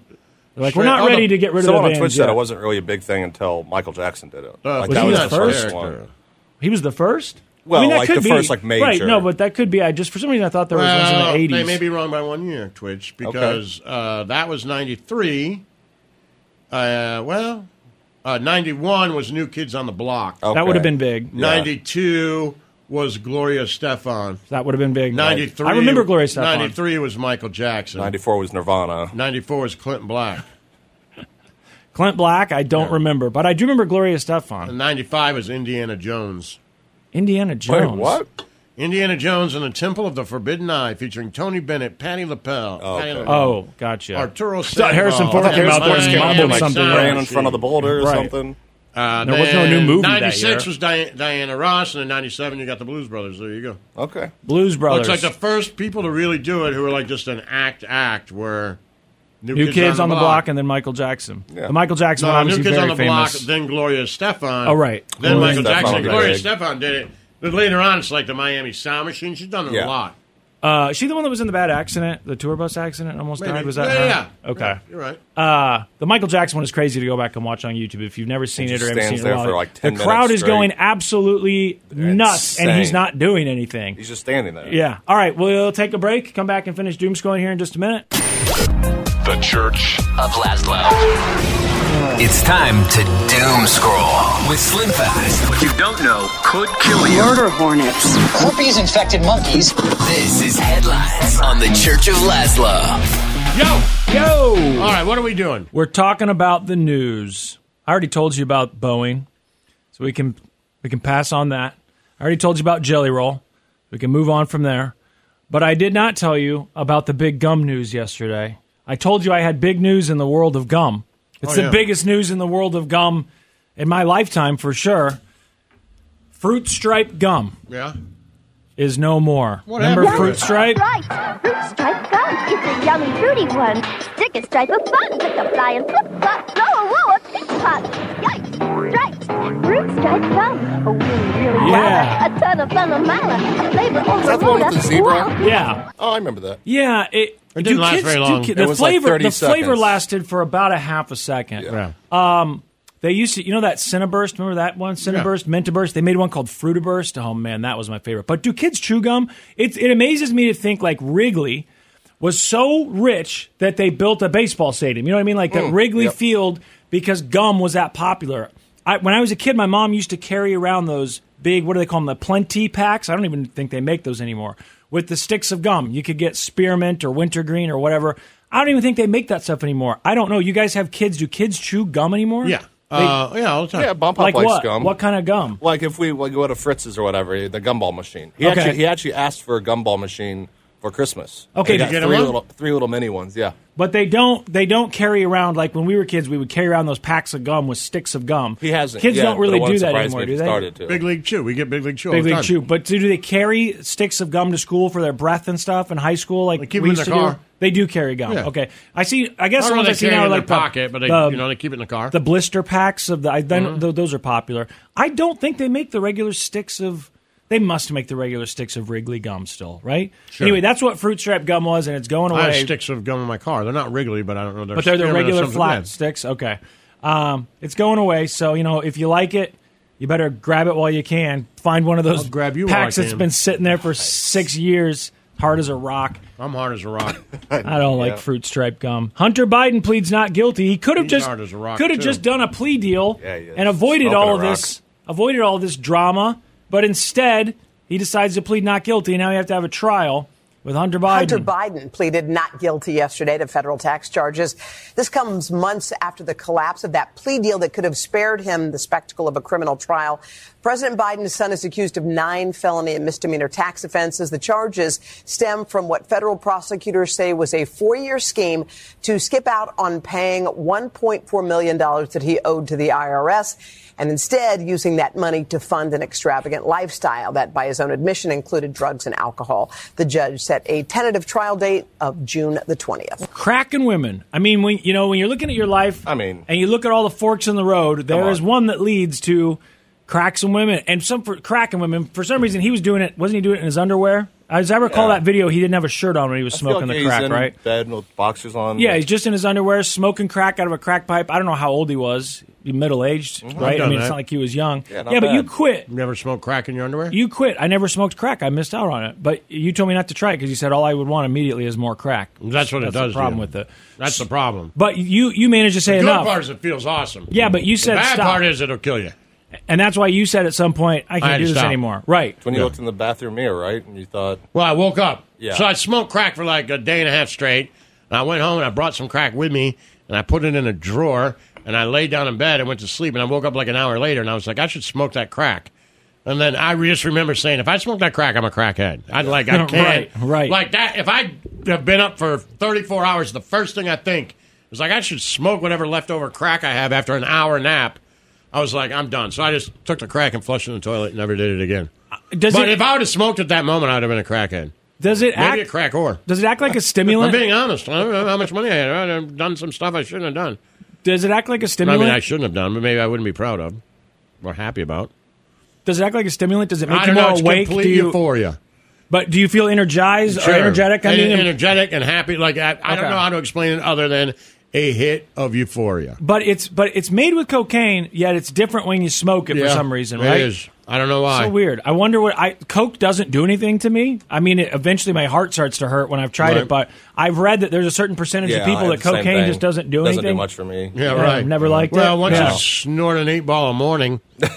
S2: They're like, we're not
S1: Straight-
S2: ready to get rid of
S4: Someone
S2: the
S4: on
S2: bands
S4: Twitch said
S2: yet.
S4: it wasn't really a big thing until Michael Jackson did it.
S2: Uh,
S4: like,
S2: was
S4: that
S2: he
S4: was
S2: the first?
S4: one.
S2: He was the first.
S4: Well,
S2: I mean, that
S4: like
S2: could
S4: the
S2: be,
S4: first, like, major.
S2: Right? No, but that could be. I just for some reason I thought there was
S1: Well,
S2: ones in the
S1: They
S2: '80s.
S1: may be wrong by one year, Twitch, because uh, that was 93. Uh, well, uh, 91 was New Kids on the Block.
S2: That Okay. would've been big. Yeah.
S1: 92 was Gloria Stefan.
S2: That would have been big.
S1: 93.
S2: I remember Gloria Stefan.
S1: 93 was Michael Jackson.
S4: 94 was Nirvana.
S1: 94 was Clinton Black.
S2: Clint Black. I don't remember, but I do remember Gloria Stefan.
S1: 95 was Indiana Jones.
S2: Indiana Jones.
S1: Indiana Jones and the Temple of the Forbidden Eye, featuring Tony Bennett, Patty LaPel. Patty LaBelle.
S2: Oh, gotcha.
S1: Arturo
S2: I thought Harrison
S1: Sandoval,
S2: Ford
S1: Kevin
S2: came out there and
S1: Miami
S2: mumbled
S1: Sound
S2: something.
S4: Ran in front of the boulder or
S2: Right.
S4: something.
S1: Uh,
S2: There was no new
S1: then
S2: movie that
S1: 96
S2: year.
S1: was Di- Diana Ross, and in 97 you got the Blues Brothers. There you go.
S4: Okay.
S2: Blues Brothers.
S1: Looks like the first people to really do it who were like just an act act were New,
S2: New Kids, on the block. and then Michael Jackson. The Michael Jackson
S1: no,
S2: one obviously
S1: New Kids
S2: very
S1: on the
S2: famous.
S1: Block, then Gloria Stefan.
S2: Oh, right.
S1: Then
S2: Gloria
S1: Michael
S2: Estefan
S1: Jackson.
S2: did it.
S1: Gloria
S2: Big.
S1: Stefan did it. But later on, it's like the Miami Sound Machine. She's done it
S2: Yeah.
S1: a lot.
S2: Uh, is she the one that was in the bad accident, the tour bus accident, and almost
S1: Maybe.
S2: died? Was that
S1: Yeah,
S2: her?
S1: yeah, yeah.
S2: Okay.
S1: You're right.
S2: Uh, the Michael Jackson one is crazy to go back and watch on YouTube if you've never seen
S4: It
S2: it,
S4: just
S2: or haven't
S4: stands
S2: seen it.
S4: there
S2: in a while.
S4: for like 10
S2: the
S4: minutes
S2: crowd is
S4: straight.
S2: going absolutely nuts, and he's
S4: Insane.
S2: not doing anything.
S4: He's just standing there.
S2: Yeah. All right. We'll take a break. Come back and finish Doom Scrolling here in just a minute.
S8: The Church of Laszlo. It's time to doom scroll with Slim Fast. What you don't know could kill you. Murder hornets, herpes infected monkeys. This is headlines on the Church of Laszlo.
S1: Yo,
S2: yo.
S1: All right, what are we doing?
S2: We're talking about the news. I already told you about Boeing, so we can we can pass on that. I already told you about Jelly Roll. We can move on from there. But I did not tell you about the big gum news yesterday. I told you I had big news in the world of gum. It's
S11: Oh,
S2: the
S11: yeah.
S2: biggest news in the world of gum in my lifetime for sure. Fruit stripe gum
S1: Yeah.
S2: is no more.
S1: What
S2: Remember
S1: happened to
S2: fruit
S1: it?
S2: stripe?
S14: Right. Fruit stripe gum. It's a yummy, fruity one. Stick a stripe of fun. Click a fly and flip flop. Throw a woo, a pink pop. Yikes. Stripes. Fruit stripe gum. A really, really
S2: Yeah.
S14: wow. A ton of fun a mile. A flavor over
S4: That's the one with the zebra.
S2: Yeah.
S4: Oh, I remember that.
S2: Yeah, it,
S4: It didn't
S2: do
S4: last
S2: kids-
S4: very
S2: do
S4: long.
S2: kid-
S4: It
S2: the
S4: was like
S2: flavor,
S4: 30
S2: the flavor
S4: seconds.
S2: lasted for about a half a second. Um, they used to, you know, that Cineburst. Remember that one, Cineburst, Mentaburst. They made one called Fruitaburst. Oh man, that was my favorite. But do kids chew gum? It it amazes me to think like Wrigley was so rich that they built a baseball stadium. You know what I mean? Like that
S11: Mm,
S2: Wrigley
S11: yep.
S2: Field because gum was that popular. I, when I was a kid, my mom used to carry around those big, what do they call them, the plenty packs. I don't even think they make those anymore. With the sticks of gum, you could get spearmint or wintergreen or whatever. I don't even think they make that stuff anymore. I don't know. You guys have kids. Do kids chew gum anymore?
S4: Yeah.
S2: They-
S4: Uh, yeah, all the time. Yeah, Bump Up
S2: like
S4: likes
S2: what?
S4: gum.
S2: What kind of gum?
S4: Like if we like, go to Fritz's or whatever, the gumball machine. He,
S2: Okay.
S4: actually, he actually asked for a gumball machine for Christmas.
S2: Okay,
S4: He
S2: did
S4: got
S2: you get him
S4: three
S2: one?
S4: little three little mini ones. Yeah.
S2: But they don't. They don't carry around like when we were kids. We would carry around those packs of gum with sticks of gum. He
S4: hasn't
S2: Kids
S4: yet,
S2: don't really
S4: but it
S2: do
S4: wouldn't
S2: that
S4: surprise
S2: anymore,
S4: me if
S2: do
S4: he
S2: they?
S4: started to.
S1: Big League Chew. We get Big League Chew. all
S2: Big
S1: the
S2: league
S1: time.
S2: chew. But do, do they carry sticks of gum to school for their breath and stuff in high school? Like
S1: They keep
S2: we
S1: them in
S2: used
S1: their
S2: to
S1: car.
S2: Do? They do carry gum.
S1: Yeah.
S2: Okay, I see. I guess
S1: Not
S2: the
S1: really
S2: ones I see now
S1: carrying it
S2: are
S1: in
S2: like
S1: their
S2: the-
S1: pocket, but they
S2: the-
S1: you know they keep it in the car.
S2: the
S1: Mm-hmm.
S2: blister packs of the. I, then, th- those are popular. I don't think they make the regular sticks of They must make the regular sticks of Wrigley gum still, right?
S1: Sure.
S2: Anyway, that's what fruit strap gum was, and it's going away.
S1: I have sticks of gum in my car. They're not Wrigley, but I don't know. They're
S2: but they're the
S1: spearmint or
S2: regular
S1: something.
S2: flat
S1: Yeah.
S2: sticks. Okay, um, it's going away. So you know, if you like it, you better grab it while you can. Find one of those grab
S1: you while
S2: packs
S1: I
S2: that's
S1: can.
S2: been sitting there for six years, hard as a rock.
S1: I'm hard as a rock.
S2: I don't like fruit stripe gum. Hunter Biden pleads not guilty. He could have
S1: He's
S2: just
S1: hard as a rock,
S2: could have
S1: too.
S2: just done a plea deal
S1: Yeah, he is.
S2: and avoided
S1: Smoking
S2: all
S1: a
S2: of
S1: rock.
S2: this avoided all this drama. But instead, he decides to plead not guilty. Now you have to have a trial with Hunter Biden.
S11: Hunter Biden pleaded not guilty yesterday to federal tax charges. This comes months after the collapse of that plea deal that could have spared him the spectacle of a criminal trial. President Biden's son is accused of nine felony and misdemeanor tax offenses. The charges stem from what federal prosecutors say was a four year scheme to skip out on paying $1.4 million that he owed to the IRS and instead using that money to fund an extravagant lifestyle that, by his own admission, included drugs and alcohol. The judge set a tentative trial date of June the 20th.
S2: cracking women. I mean, when you know when you're looking at your life, I mean, and you look at all the forks in the road, there is one that leads to cracks in women, and some for cracking women. For some reason, he was doing it. Wasn't he doing it in his underwear? As I recall that video, he didn't have a shirt on when he was
S4: I feel
S2: smoking
S4: like
S2: the
S4: he's
S2: crack,
S4: in
S2: right?
S4: Bed with boxers on.
S2: Yeah, he's just in his underwear, smoking crack out of a crack pipe. I don't know how old he was. Middle aged,
S4: Mm-hmm.
S1: I've
S2: right? I
S1: done
S2: mean, it's
S1: that.
S2: not like he was young.
S1: Yeah,
S2: Yeah,
S1: not
S2: but you
S1: bad.
S2: quit.
S1: Never smoked crack in your underwear?
S2: You quit. I never smoked crack. I missed out on it. But you told me not to try it because you said all I would want immediately is more crack.
S1: That's what it does.
S2: The problem
S1: to you.
S2: with it.
S1: That's the problem.
S2: But you you managed to say
S1: the good
S2: enough.
S1: part is it feels awesome.
S2: Yeah, but you said
S1: the bad
S2: stop.
S1: part is it'll kill you.
S2: And that's why you said at some point, I
S1: I had
S2: can't do
S1: to
S2: this
S1: stop.
S2: anymore. Right.
S4: It's when you
S2: Yeah.
S4: looked in the bathroom mirror, right, and you thought,
S1: Well, I woke up.
S4: Yeah.
S1: So I smoked crack for like a day and a half straight. And I went home and I brought some crack with me and I put it in a drawer and I lay down in bed and went to sleep and I woke up like an hour later and I was like, I should smoke that crack. And then I just remember saying, if I smoke that crack, I'm a crackhead. I'd like, I
S2: Right,
S1: can't.
S2: right.
S1: Like that, if I have been up for 34 hours, the first thing I think is like, I should smoke whatever leftover crack I have after an hour nap. I was like, I'm done. So I just took the crack and flushed it in the toilet and never did it again.
S2: Uh, does
S1: but
S2: it-
S1: if I would have smoked at that moment, I would have been a crackhead.
S2: Does it
S1: Maybe a
S2: act-
S1: crack whore.
S2: Does it act like a
S1: I'm
S2: stimulant?
S1: being honest. I don't know how much money I had. I've done some stuff I shouldn't have done.
S2: Does it act like a
S1: I
S2: stimulant?
S1: mean, I shouldn't have done, but maybe I wouldn't be proud of or happy about.
S2: Does it act like a stimulant? Does it make you
S1: I don't know.
S2: more
S1: It's
S2: awake?
S1: complete
S2: Do you,
S1: euphoria.
S2: But do you feel energized
S1: Sure.
S2: or energetic? I
S1: And-
S2: mean,
S1: energetic and happy. Like I, I don't
S2: Okay.
S1: know how to explain it other than a hit of euphoria.
S2: but it's but it's made with cocaine, yet it's different when you smoke it for
S1: Yeah,
S2: some reason,
S1: it
S2: right?
S1: is. I don't know why.
S2: So weird. I wonder what I Coke doesn't do anything to me. I mean, it, eventually my heart starts to hurt when I've tried it,
S1: Right.
S2: but I've read that there's a certain percentage
S4: Yeah,
S2: of
S4: I
S2: people that
S4: have the same
S2: cocaine
S4: thing.
S2: just doesn't do
S4: Doesn't do
S2: anything.
S4: much for me.
S1: Yeah, right.
S2: I've never liked
S1: well,
S2: it.
S1: once
S2: Yeah.
S1: you snort an eight ball a morning, you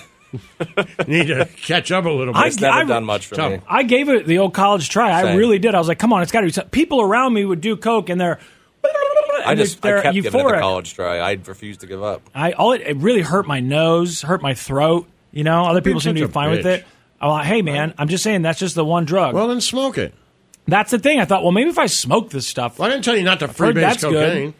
S1: need to catch up a little bit.
S2: I- It's never I- done much for
S1: Tough.
S2: me. I gave it the old college try. I
S1: Same.
S2: really did. I was like, come on, it's got to be something. People around me would do coke, and they're.
S4: I
S2: and they're-
S4: just
S2: they're
S4: I kept giving it the
S2: euphoric.
S4: college try. I refused to give up.
S2: I all it, it really hurt my nose, hurt my throat. You know, other people
S4: You're
S2: seem to
S4: such
S2: be
S4: a
S2: fine with
S4: bitch.
S2: it. I'm like, hey man, I'm just saying that's just the one drug. Well,
S1: then smoke it.
S2: That's the thing. I thought, well, maybe if I smoke this stuff.
S1: I didn't tell you not to freebase cocaine.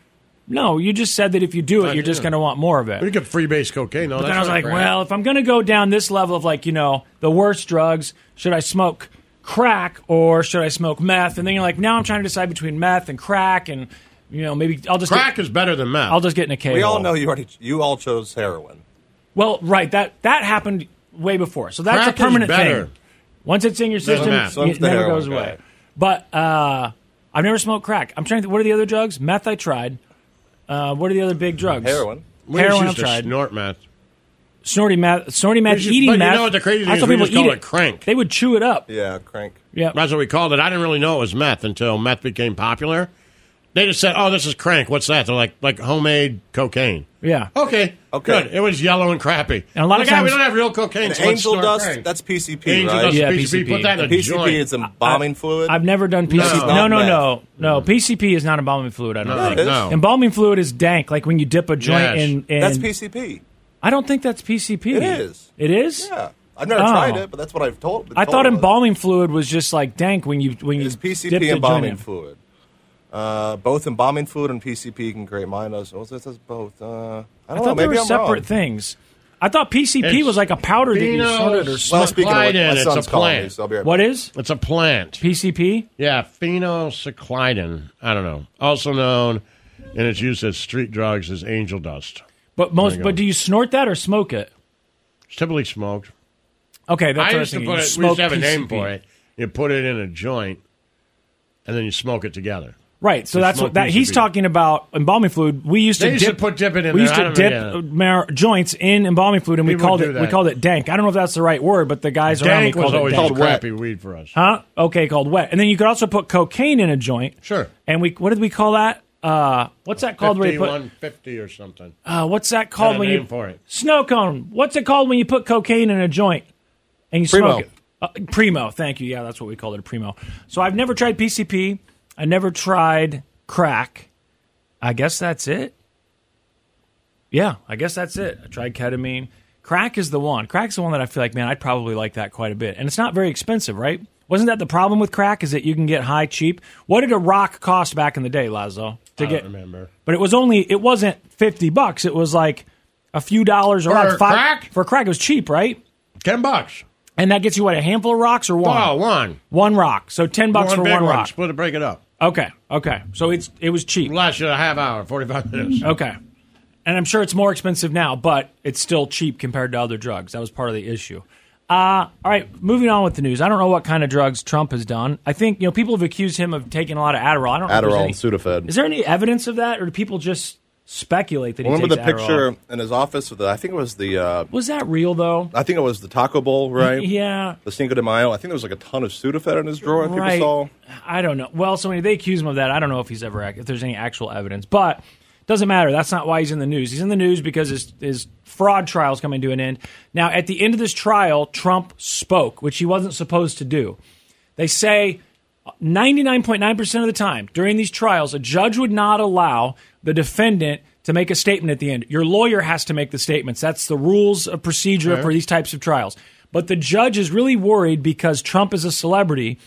S2: No, you just said that if you do it, you're just going to want more of it.
S1: You could freebase cocaine. No,
S2: But
S1: that's
S2: then I was
S1: not
S2: like,
S1: crack.
S2: well, if I'm going to go down this level of like, you know, the worst drugs, should I smoke crack or should I smoke meth? And then you're like, now I'm trying to decide between meth and crack, and you know, maybe I'll just
S4: Crack
S1: is better than meth.
S2: I'll just get in a cave.
S4: We all know you already. You all chose heroin.
S2: Well, right that that happened way before, so that's
S4: Crack
S2: a
S4: is
S2: permanent
S4: better.
S2: thing. Once it's in your
S4: Doesn't
S2: system,
S4: matter. So's
S2: it
S4: the
S2: never
S4: heroin
S2: goes
S4: guy.
S2: away. But uh, I've never smoked crack. I'm trying to. What are the other drugs? Meth I tried. Uh, what are the other big drugs?
S1: We just
S2: Heroin I've
S1: used to
S2: tried.
S1: snort meth.
S2: Snorty meth. Snorty
S1: We
S2: meth.
S1: just-
S2: eating
S1: but
S2: meth.
S1: you know what the crazy thing
S2: That's
S1: is?
S2: what
S1: we
S2: people
S1: just call
S2: eat
S1: it crank.
S2: They would chew it up.
S4: Yeah, crank.
S2: Yeah,
S1: that's what we called it. I didn't really know it was meth until meth became popular. They just said, "Oh, this is crank. What's that?" They're like, like homemade cocaine.
S2: Yeah.
S1: Okay. Okay. Good. It was yellow and crappy.
S4: And a lot
S1: Like,
S4: of
S1: "Ah, we
S4: times-
S1: don't have real cocaine.
S4: And
S1: so let's
S4: angel
S1: snort
S4: dust,
S1: crank."
S4: that's PCP,
S1: Angel
S4: right?
S1: dust is
S4: Yeah,
S1: PCP.
S4: PCP.
S1: Put that in
S4: The
S1: a
S4: PCP
S1: joint.
S4: is embalming fluid?
S2: I've never done
S4: No.
S2: PCP.
S4: It's
S2: No,
S4: not
S2: no,
S4: meth.
S2: no, no. PCP is not embalming fluid. I don't
S4: No, it
S2: think.
S4: is. No.
S2: Embalming fluid is dank, like when you dip a joint
S4: Yes.
S2: in, in.
S4: That's PCP.
S2: I don't think that's PCP.
S4: It is.
S2: It is.
S4: Yeah, I've never
S2: Oh.
S4: tried it, but that's what I've told. been
S2: I
S4: told
S2: thought embalming fluid was just like dank when you when you
S4: PCP
S2: dipped a joint
S4: embalming
S2: in.
S4: fluid. Uh, both embalming fluid and PCP can create minus. Oh, it says both. Uh,
S2: I,
S4: I don't
S2: thought
S4: know.
S2: they
S4: Maybe
S2: were
S4: I'm
S2: separate
S4: wrong.
S2: things. I thought PCP was like a powder that you
S1: Beano's
S2: sorted or smoked.
S1: Phyclidin, it's a plant.
S2: What is?
S1: It's a plant.
S2: PCP?
S1: Yeah, phenociclidin. I don't know. Also known in its use as street drugs as angel dust.
S2: But
S1: There
S2: most.
S1: you
S2: But
S1: go.
S2: do you snort that or smoke it?
S1: It's typically smoked.
S2: Okay, that's
S1: I
S2: what
S1: used
S2: I was
S1: to put
S2: thinking.
S1: it. We
S2: You
S1: used to have a
S2: smoke
S1: name
S2: PCP.
S1: for it. You put it in a joint, and then you smoke it together.
S2: Right, so
S1: You
S2: that's
S1: smoke
S2: what that
S1: PCP.
S2: he's talking about embalming fluid. We used
S1: They
S2: to
S1: used to
S2: dip,
S1: put dip it in
S2: We
S1: there.
S2: used
S1: I
S2: to
S1: don't
S2: dip
S1: know,
S2: mar- joints in embalming fluid, and we
S1: People
S2: called
S1: do
S2: it we
S1: that.
S2: called it dank. I don't know if that's the right word, but the guys around me
S1: Dank
S2: called
S1: was
S2: it
S1: always
S2: dank.
S1: a crappy weed for us.
S2: Huh? Okay, called wet. And then you could also put cocaine in a joint.
S1: Sure.
S2: And we what did we call that? Uh, what's that called? Where you put
S1: 5150 or something.
S2: uh, what's that
S1: Had
S2: called
S1: a
S2: when you
S1: name for it.
S2: snow cone? What's it called when you put cocaine in a joint and you
S1: Primo.
S2: smoke it? Uh, primo, thank you. Yeah, that's what we called it, a primo. So I've never tried PCP. I never tried crack. I guess that's it. Yeah, I guess that's it. I tried ketamine. Crack is the one. Crack's the one that I feel like, man, I'd probably like that quite a bit. And it's not very expensive, right? Wasn't that the problem with crack? Is that you can get high cheap? What did a rock cost back in the day, Lazo? To
S1: I
S2: get
S1: don't remember.
S2: but it was only it wasn't fifty bucks. It was like a few dollars or
S1: For
S2: like five
S1: crack?
S2: for crack. It was cheap, right?
S1: Ten bucks,
S2: and that gets you what a handful of rocks or one?
S1: Oh, one.
S2: one rock. So ten bucks
S1: one
S2: for
S1: big
S2: one rock.
S1: Split it, break it up.
S2: Okay, okay. So it's it was cheap.
S1: Last you a half hour, forty five minutes.
S2: Okay. And I'm sure it's more expensive now, but it's still cheap compared to other drugs. That was part of the issue. Uh, all right, moving on with the news. I don't know what kind of drugs Trump has done. I think, you know, people have accused him of taking a lot of Adderall. I don't know if there's
S4: Adderall
S2: any-
S4: and Sudafed.
S2: Is there any evidence of that, or do people just speculate that he
S4: Remember the
S2: takes
S4: picture
S2: Adderall?
S4: in his office with the, I think it was the uh,
S2: Was that real though?
S4: I think it was the Taco Bowl, right?
S2: Yeah.
S4: The Cinco de Mayo. I think there was like a ton of Sudafed in his drawer.
S2: Right.
S4: People
S2: I don't know. Well, so when they accuse him of that, I don't know if he's ever ac- if there's any actual evidence, but doesn't matter. That's not why he's in the news. He's in the news because his his fraud trial is coming to an end. Now, at the end of this trial, Trump spoke, which he wasn't supposed to do. They say 99.9% of the time during these trials, a judge would not allow the defendant to make a statement at the end. Your lawyer has to make the statements. That's the rules of procedure
S15: Okay.
S2: for these types of trials. But the judge is really worried because Trump is a celebrity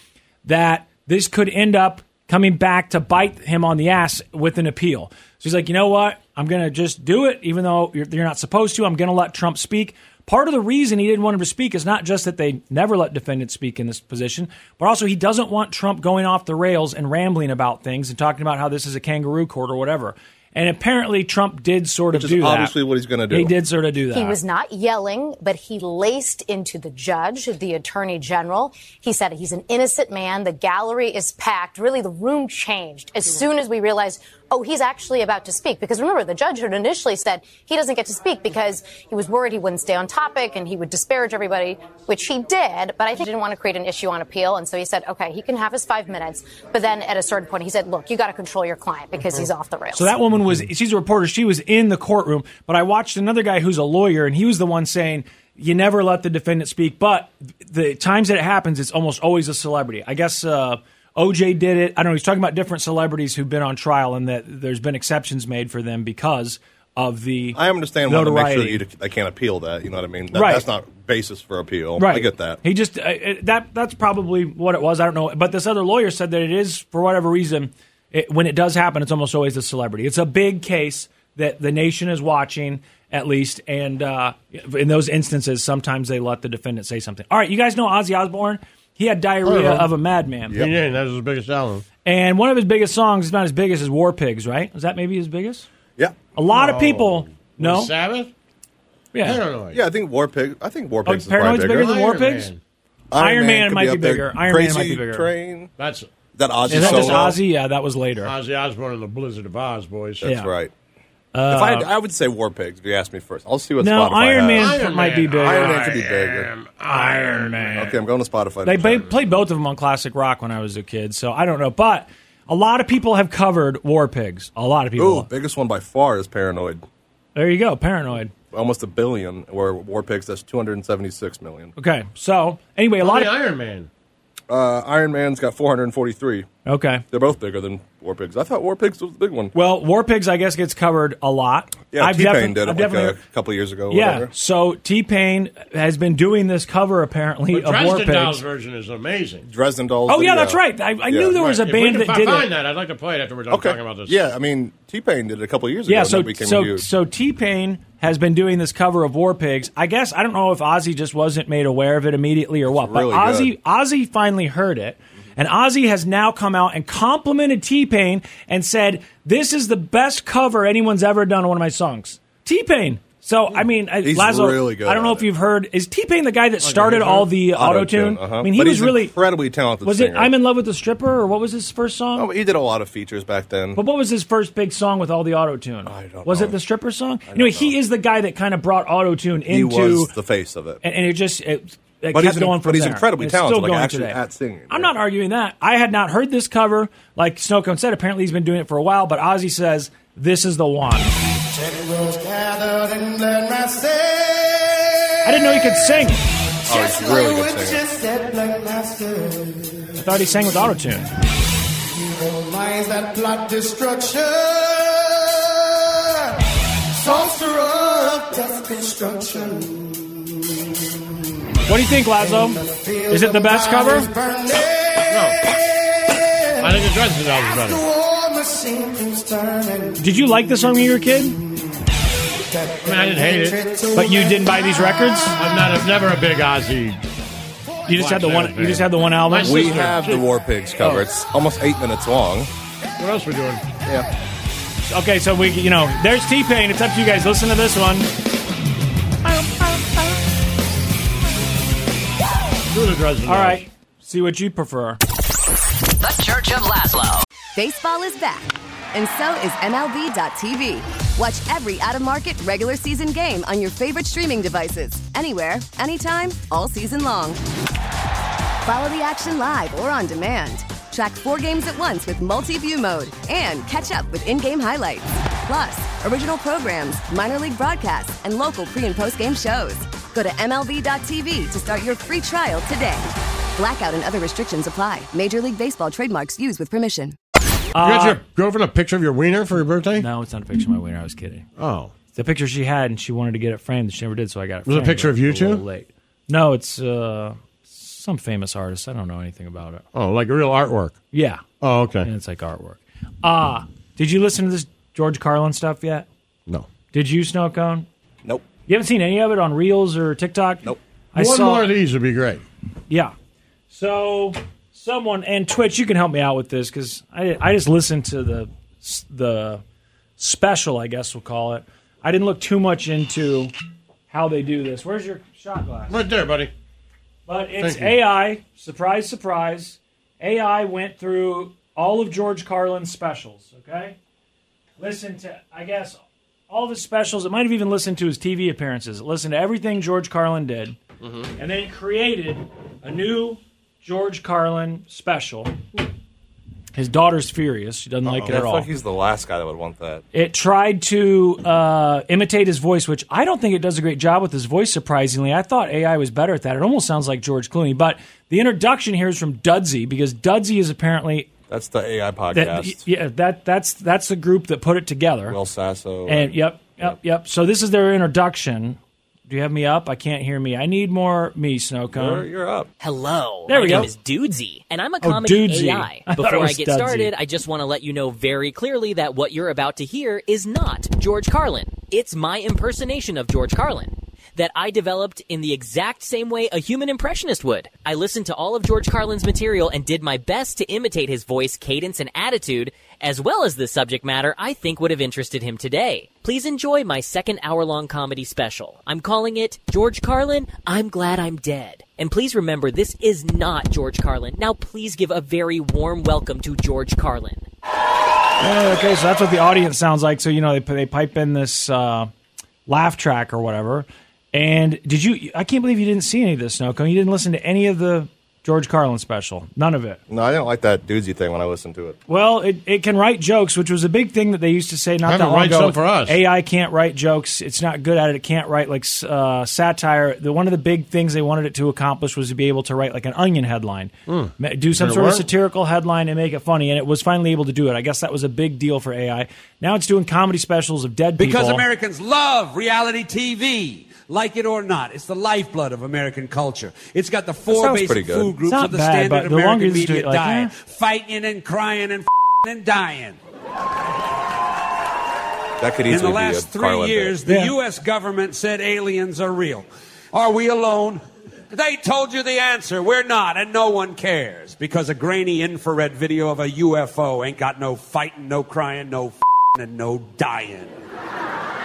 S2: that this could end up coming back to bite him on the ass with an appeal. So he's like, you know what? I'm going to just do it, even though you're, you're not supposed to. I'm going to let Trump speak. Part of the reason he didn't want him to speak is not just that they never let defendants speak in this position, but also he doesn't want Trump going off the rails and rambling about things and talking about how this is a kangaroo court or whatever. And apparently, Trump did sort of
S4: Which is
S2: do that.
S4: obviously what he's gonna do.
S2: He did sort of do that.
S16: He was not yelling, but he laced into the judge, the attorney general. He said he's an innocent man. The gallery is packed. Really, the room changed as soon as we realized, oh, he's actually about to speak. Because remember, the judge had initially said he doesn't get to speak because he was worried he wouldn't stay on topic and he would disparage everybody, which he did. But I think he didn't want to create an issue on appeal. And so he said, okay, he can have his five minutes. But then at a certain point, he said, look, you got to control your client because he's off the rails.
S2: Mm-hmm. So that woman
S4: Mm-hmm.
S2: was she's a reporter. She was in the courtroom, but I watched another guy who's a lawyer, and he was the one saying you never let the defendant speak. But the times that it happens, it's almost always a celebrity. I guess uh, OJ did it. I don't know. He's talking about different celebrities who've been on trial, and that there's been exceptions made for them because of the
S4: I understand wanting to make sure that
S2: notoriety.
S4: you I can't appeal that. You know what I mean? That,
S2: Right.
S4: That's not basis for appeal.
S2: Right.
S4: I get that.
S2: He just uh, uh, that that's probably what it was. I don't know, but this other lawyer said that it is for whatever reason. It, when it does happen, it's almost always a celebrity. It's a big case that the nation is watching, at least. And uh, in those instances, sometimes they let the defendant say something. All right, you guys know Ozzy Osbourne. He had diarrhea of a madman.
S1: Yeah, yeah, that was his biggest album.
S2: And one of his biggest songs is not as big as his War Pigs, right? Is that maybe his biggest?
S4: Yeah.
S2: A lot of people. No.
S1: Sabbath?
S2: Yeah.
S1: Paranoid.
S4: Yeah, I think War Pig. I think War
S2: Oh,
S4: Pigs is probably
S2: Paranoid's
S4: bigger.
S2: bigger than War Pigs? Iron, Man,
S4: could
S2: might be,
S4: up there.
S2: bigger. Iron
S4: Crazy
S2: Man might be bigger.
S4: Train.
S1: That's
S4: That Ozzy
S2: Is that just
S4: solo.
S2: Ozzy? Yeah, that was later.
S1: Ozzy Osbourne and the Blizzard of Oz, boys.
S4: That's
S2: Yeah.
S4: right.
S2: Uh,
S4: if I, had, I would say War Pigs if you asked me first. I'll see what
S2: No,
S4: Spotify
S2: Iron
S4: has.
S2: Man Iron might Man, be bigger.
S4: Iron Man
S2: I
S4: could be bigger.
S1: am Iron Man.
S4: Okay, I'm going to Spotify.
S2: They
S4: to check.
S2: ba- played both of them on classic rock when I was a kid, so I don't know. But a lot of people have covered War Pigs. A lot of people.
S4: Ooh, biggest one by far is Paranoid.
S2: There you go, Paranoid.
S4: Almost a billion. Where War Pigs, that's 276 million.
S2: Okay, so anyway, a lot of
S1: Man.
S4: Uh, Iron Man's got 443.
S2: Okay,
S4: they're both bigger than War Pigs. I thought War Pigs was the big one.
S2: Well, War Pigs, I guess, gets covered a lot.
S4: Yeah,
S2: I've
S4: T Pain
S2: defi-
S4: did it
S2: I've
S4: like a
S2: definitely-
S4: couple of years ago.
S2: yeah,
S4: whatever.
S2: so T Pain has been doing this cover apparently
S1: But
S2: of War
S1: Dresden
S2: Pigs.
S1: Dolls version is amazing.
S4: Dresden Dolls.
S2: Oh, yeah, that's right. I- I knew there was a
S1: If we
S2: band that
S1: can fi-
S2: did it.
S1: find that, I'd like to play it after we're done
S4: Okay.
S1: talking about this.
S4: Yeah, I mean, T Pain did it a couple of years ago.
S2: yeah,
S4: and
S2: so
S4: that became
S2: so
S4: huge.
S2: so T Pain has been doing this cover of War Pigs. I guess I don't know if Ozzy just wasn't made aware of it immediately or what,
S4: really
S2: but Ozzy
S4: good.
S2: Ozzy finally heard it, and Ozzy has now come out and complimented T Pain and said this is the best cover anyone's ever done on one of my songs. T Pain, So I mean, I,
S4: He's
S2: Lazo,
S4: really good
S2: I don't know
S4: at
S2: if you've heard. Is T Pain the guy that started all the auto tune?
S4: uh-huh.
S2: I mean, he
S4: But
S2: was
S4: he's
S2: really
S4: incredibly talented.
S2: was
S4: singer.
S2: it um, I'm in love with the stripper or what was his first song?
S4: Oh, but he did a lot of features back then.
S2: But what was his first big song with all the auto tune? Was it the stripper song? Anyway, he is the guy that kind of brought auto tune into
S4: he was the face of it.
S2: and, and it just it, it
S4: But
S2: kept
S4: he's an-
S2: going from
S4: but he's
S2: there.
S4: incredibly
S2: It's still
S4: talented, like
S2: going
S4: actually
S2: today.
S4: at singing,
S2: I'm not arguing that. I had not heard this cover. Like Snowcone said, apparently he's been doing it for a while. But Ozzy says this is the one.
S4: Oh,
S2: I didn't know he could sing.
S4: Oh, he's a really good singer.
S2: I thought he sang with auto tune.
S9: Minds that plot destruction. Songster of death construction.
S2: What do you think, Lazo? Is it the best cover?
S1: I think the Dresden album's
S9: The
S1: better.
S9: war machine keeps turning.
S2: Did you like this song when you were a kid?
S1: I mean, I didn't hate it.
S2: But you didn't buy these records?
S1: I'm not. I'm never a big Ozzy.
S2: You just had the one. You just had the one album.
S4: We have the War Pigs cover. It's almost eight minutes long.
S1: What else we doing?
S4: Yeah.
S2: Okay, so we, you know, there's T Pain. It's up to you guys. Listen to this one.
S1: Do the Dresden.
S2: All right, see what you prefer. Uh,
S17: The Church of Laszlo.
S15: Baseball is back, and so is MLB.tv. Watch every out of market regular season game on your favorite streaming devices, anywhere, anytime, all season long. Follow the action live or on demand. Track four games at once with multi view mode and catch up with in game highlights. Plus, original programs, minor league broadcasts, and local pre and post game shows. Go to MLB.tv to start your free trial today. Blackout and other restrictions apply. Major League Baseball trademarks used with permission.
S1: you got your girlfriend a picture of your wiener for your birthday?
S2: No, it's not a picture of my wiener. I was kidding.
S1: Oh,
S2: it's a picture she had, and she wanted to get it framed. She never did, so I got it.
S1: Was it a
S2: framed,
S1: picture
S2: but
S1: of you
S2: it's a little
S1: two?
S2: Late. No, it's uh, some famous artist. I don't know anything about it.
S1: Oh, like real artwork.
S2: Yeah.
S1: Oh, okay.
S2: And it's like artwork. Ah, did you listen to this George Carlin stuff yet?
S1: No.
S2: Did you, Snow Cone?
S4: Nope.
S2: You haven't seen any of it on Reels or TikTok? Nope. I
S1: One
S2: saw,
S1: more of these would be great.
S2: Yeah. So someone and Twitch, you can help me out with this because I I just listened to the the special, I guess we'll call it. I didn't look too much into how they do this. Where's your shot glass?
S1: Right there, buddy.
S2: But it's
S1: Thank you.
S2: AI. Surprise, surprise. AI went through all of George Carlin's specials. Okay. Listen to I guess all of his specials. It might have even listened to his TV appearances. It listened to everything George Carlin did and then created a new George Carlin special. His daughter's furious. She doesn't like it
S4: Oh, I
S2: at
S4: feel
S2: all.
S4: like he's the last guy that would want that.
S2: It tried to uh, imitate his voice, which I don't think it does a great job with his voice, surprisingly. I thought AI was better at that. It almost sounds like George Clooney. But the introduction here is from Dudsey, because Dudsey is apparently.
S4: That's the AI
S2: That,
S4: podcast.
S2: yeah, that, that's, that's the group that put it together.
S4: Will Sasso.
S2: And yep, yep, yep. So this is their introduction. Do you have me up? I can't hear me. I need more me, Snow Cone.
S4: You're- you're up.
S18: Hello.
S2: There
S18: my
S2: we go.
S18: name is Dudesy, and I'm a
S2: Oh,
S18: comedy
S2: Dudesy.
S18: AI.
S2: I thought it
S18: Before I
S2: was
S18: get
S2: Dudsy.
S18: started, I just want to let you know very clearly that what you're about to hear is not George Carlin. It's my impersonation of George Carlin that I developed in the exact same way a human impressionist would. I listened to all of George Carlin's material and did my best to imitate his voice, cadence, and attitude, as well as the subject matter I think would have interested him today. Please enjoy my second hour long comedy special. I'm calling it George Carlin, I'm Glad I'm Dead. And please remember, this is not George Carlin. Now, please give a very warm welcome to George Carlin.
S2: Oh, okay, so that's what the audience sounds like. So you know they they pipe in this uh, laugh track or whatever. And did you? I can't believe you didn't see any of this, Snow Cone. You didn't listen to any of the George Carlin special. None of it.
S4: No, I didn't like that dudesy thing when I listened to it.
S2: Well, it, it can write jokes, which was a big thing that they used to say not
S4: Have
S2: that
S4: it
S2: long
S4: write
S2: ago.
S4: some for us.
S2: AI can't write jokes; it's not good at it. It can't write like s- uh, satire. The, one of the big things they wanted it to accomplish was to be able to write like an Onion headline,
S18: Mm.
S2: Ma- do some
S18: Did it
S2: sort of
S18: work?
S2: satirical headline and make it funny. And it was finally able to do it. I guess that was a big deal for AI. Now it's doing comedy specials of dead
S19: Because
S2: people.
S19: Americans love reality TV, like it or not. It's the lifeblood of American culture. It's got the four
S2: sounds
S19: basic
S2: pretty good.
S19: food groups
S2: It's not
S19: of the
S2: bad, but
S19: standard
S2: the longer
S19: American
S2: you do
S19: media
S2: it, like,
S19: diet.
S2: eh.
S19: Fighting and crying and and dying.
S4: That could
S19: In
S4: easily
S19: the last
S4: be a
S19: three
S4: Carlin bit.
S19: years, the U.S. government said aliens are real. Are we alone? They told you the answer. We're not, and no one cares because a grainy infrared video of a UFO ain't got no fighting, no crying, no f***ing, and no dying.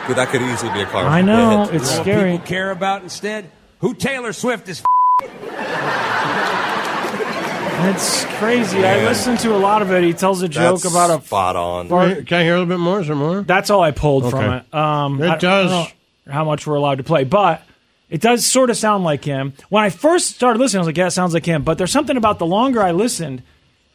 S4: Dude, that could easily be a car.
S2: I know,
S4: Yeah.
S2: it's
S4: Yeah.
S2: scary.
S19: People care about instead who Taylor Swift is.
S2: It's crazy. I
S4: Man.
S2: listened to a lot of it. He tells a joke
S4: That's
S2: about a.
S4: spot on.
S1: Can I hear a little bit more? Is there more?
S2: That's all I pulled from
S1: Okay.
S2: it. Um,
S1: It
S2: I- I
S1: does.
S2: don't know how much we're allowed to play, but it does sort of sound like him. When I first started listening, I was like, "Yeah, it sounds like him." But there's something about the longer I listened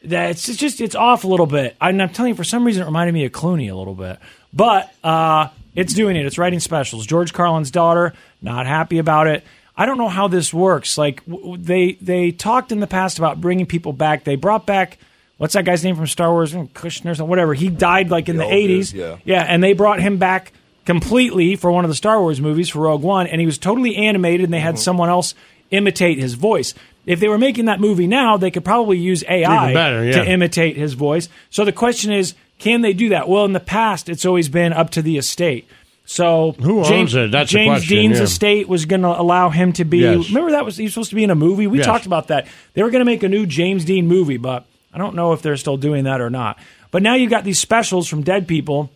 S2: that it's just, it's off a little bit. And I'm telling you, for some reason, it reminded me of Clooney a little bit. But uh, it's doing it. It's writing specials. George Carlin's daughter not happy about it. I don't know how this works. Like w- w- they they talked in the past about bringing people back. They brought back. What's that guy's name from Star Wars? Kushner, or something, whatever. He died like in
S4: The
S2: the
S4: old dude,
S2: eighties.
S4: yeah.
S2: Yeah, and they brought him back completely for one of the Star Wars movies for Rogue One, and he was totally animated, and they
S4: Mm-hmm.
S2: had someone else imitate his voice. If they were making that movie now, they could probably use AI
S1: Even better, yeah.
S2: to imitate his voice. So the question is, can they do that? Well, in the past, it's always been up to the estate. So
S1: Who owns
S2: James,
S1: it? That's the
S2: James
S1: question,
S2: Dean's
S1: yeah.
S2: estate was going to allow him to be.
S1: Yes.
S2: Remember that was he was supposed to be in a movie. We
S1: Yes.
S2: talked about that. They were going to make a new James Dean movie, but I don't know if they're still doing that or not. But now you've got these specials from dead people.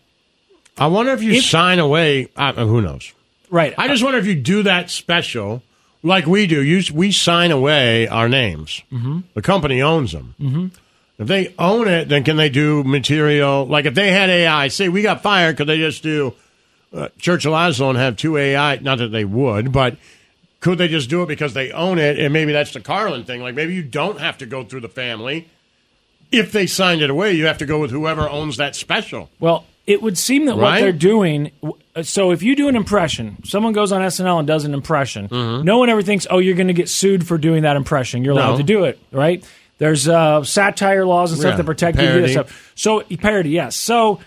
S1: I wonder if you sign away. I, uh, who knows?
S2: Right.
S1: I just wonder if you do that special like we do. You, we sign away our names.
S2: Mm-hmm.
S9: Mhm.
S4: Mm-hmm,
S1: The company owns them.
S9: Mm-hmm.
S1: If they own it, then can they do material? Like if they had AI, say we got fired, could they just do uh, Church of Laszlo and have two AI? Not that they would, but could they just do it because they own it? And maybe that's the Carlin thing. Like maybe you don't have to go through the family. If they signed it away, you have to go with whoever owns that special.
S2: Well, it would seem that what
S1: Right?
S2: they're doing. uh, So if you do an impression, someone goes on SNL and does an impression. No one ever thinks, "Oh, you're going to get sued for doing that impression." You're allowed
S1: Mm-hmm.
S2: to
S1: No.
S2: do it, right? There's uh, satire laws and stuff
S1: Yeah,
S2: that protect you.
S1: parody.
S2: This stuff. So parody, yes. So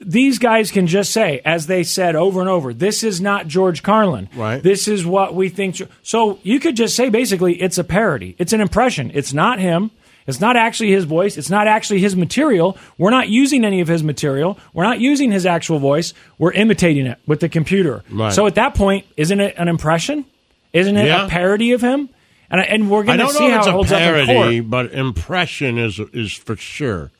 S2: these guys can just say, as they said over and over, "This is not George Carlin. Right. This is what we think." So you could just say, basically, it's a parody. It's an impression. It's not him. It's not actually his voice. It's not actually his material. We're not using any of his material. We're not using his actual voice. We're imitating it with the computer.
S1: Right.
S2: So at that point, isn't it an impression? Isn't it
S1: Yeah.
S2: a parody of him? And, I- and we're
S1: I
S2: going to
S1: don't
S2: see
S1: know if
S2: how
S1: it's
S2: it
S1: a
S2: holds up in
S1: parody,
S2: court.
S1: but impression is is for sure.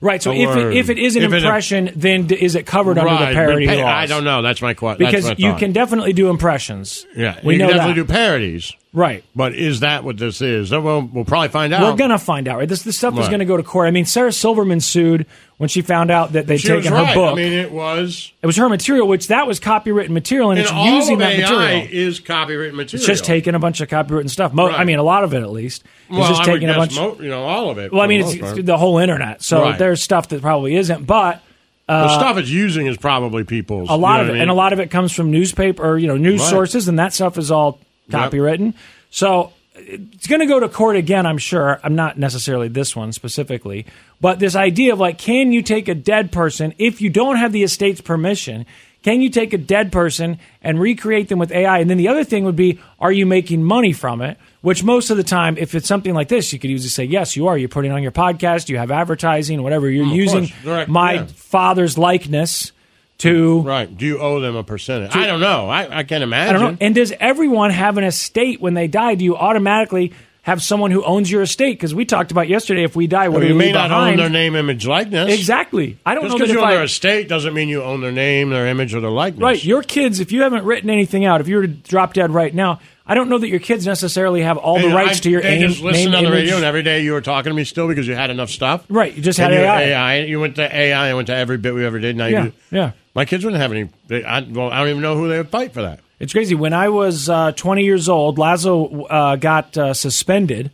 S2: Right. So
S1: a
S2: if
S1: word.
S2: it, if it is an
S1: If it-
S2: impression, then d- is it covered under
S1: Right,
S2: the
S1: but
S2: parody
S1: pa-
S2: laws?
S1: I don't know. That's my question.
S2: Because you can definitely do impressions.
S1: Yeah,
S2: we
S1: you
S2: know
S1: can definitely
S2: that.
S1: do parodies,
S2: right?
S1: But is that what this is? Uh, Well, we'll probably find out.
S2: We're gonna find out, right? This this stuff is
S1: Right.
S2: gonna go to court. I mean, Sarah Silverman sued when she found out that they'd
S1: She was
S2: taken her
S1: right.
S2: book.
S1: I mean, it was.
S2: it was her material, which that was copywritten material, and,
S1: And
S2: it's
S1: all
S2: using
S1: of
S2: that
S1: AI
S2: material.
S1: is copyright material.
S2: It's just taking a bunch of copywritten stuff. Mo- I
S1: Right.
S2: mean, a lot of it at least. It's
S1: Well,
S2: just
S1: I would
S2: taking a
S1: guess
S2: bunch.
S1: mo- you know, all of it.
S2: well, I
S1: for
S2: mean,
S1: the
S2: it's,
S1: most
S2: it's
S1: part.
S2: the whole internet. So
S1: Right.
S2: there's stuff that probably isn't, but uh,
S1: the stuff it's using is probably people's.
S2: a lot
S1: you know
S2: of it,
S1: what I
S2: and a
S1: mean?
S2: lot of it comes from newspaper or you know news
S1: Right.
S2: sources, and that stuff is all
S1: Yep.
S2: copywritten. So it's going to go to court again, I'm sure. I'm not necessarily this one specifically, but this idea of like, can you take a dead person if you don't have the estate's permission? Can you take a dead person and recreate them with AI? And then the other thing would be, are you making money from it? Which most of the time, if it's something like this, you could usually say, yes, you are. You're putting on your podcast, you have advertising, whatever. You're
S1: Mm, of
S2: using
S1: course. Direct-
S2: my
S1: yeah.
S2: father's likeness to
S1: right. Do you owe them a percentage? I don't know. I, I can't imagine.
S2: I don't know. And does everyone have an estate when they die? Do you automatically have someone who owns your estate? Because we talked about yesterday. If we die, what
S1: Well,
S2: do
S1: you
S2: we
S1: may
S2: leave
S1: not
S2: behind?
S1: own their name, image, likeness.
S2: Exactly. I don't
S1: Just
S2: know
S1: because
S2: that
S1: you
S2: if
S1: own
S2: I-
S1: their estate doesn't mean you own their name, their image, or their likeness.
S2: Right. Your kids, if you haven't written anything out, if you were to drop dead right now, I don't know that your kids necessarily have all the
S1: And
S2: rights
S1: I-
S2: to your
S1: they
S2: aim-
S1: just listened
S2: name,
S1: on the
S2: image.
S1: radio, and every day you were talking to me still because you had enough stuff.
S2: Right, you just
S1: And
S2: had
S1: you
S2: AI.
S1: You went to AI. I went to every bit we ever did. Now you
S2: Yeah,
S1: do-
S2: yeah.
S1: My kids wouldn't have any. They, I, well, I don't even know who they would fight for that.
S2: It's crazy. When I was uh, 20 years old, Lazo uh, got uh, suspended.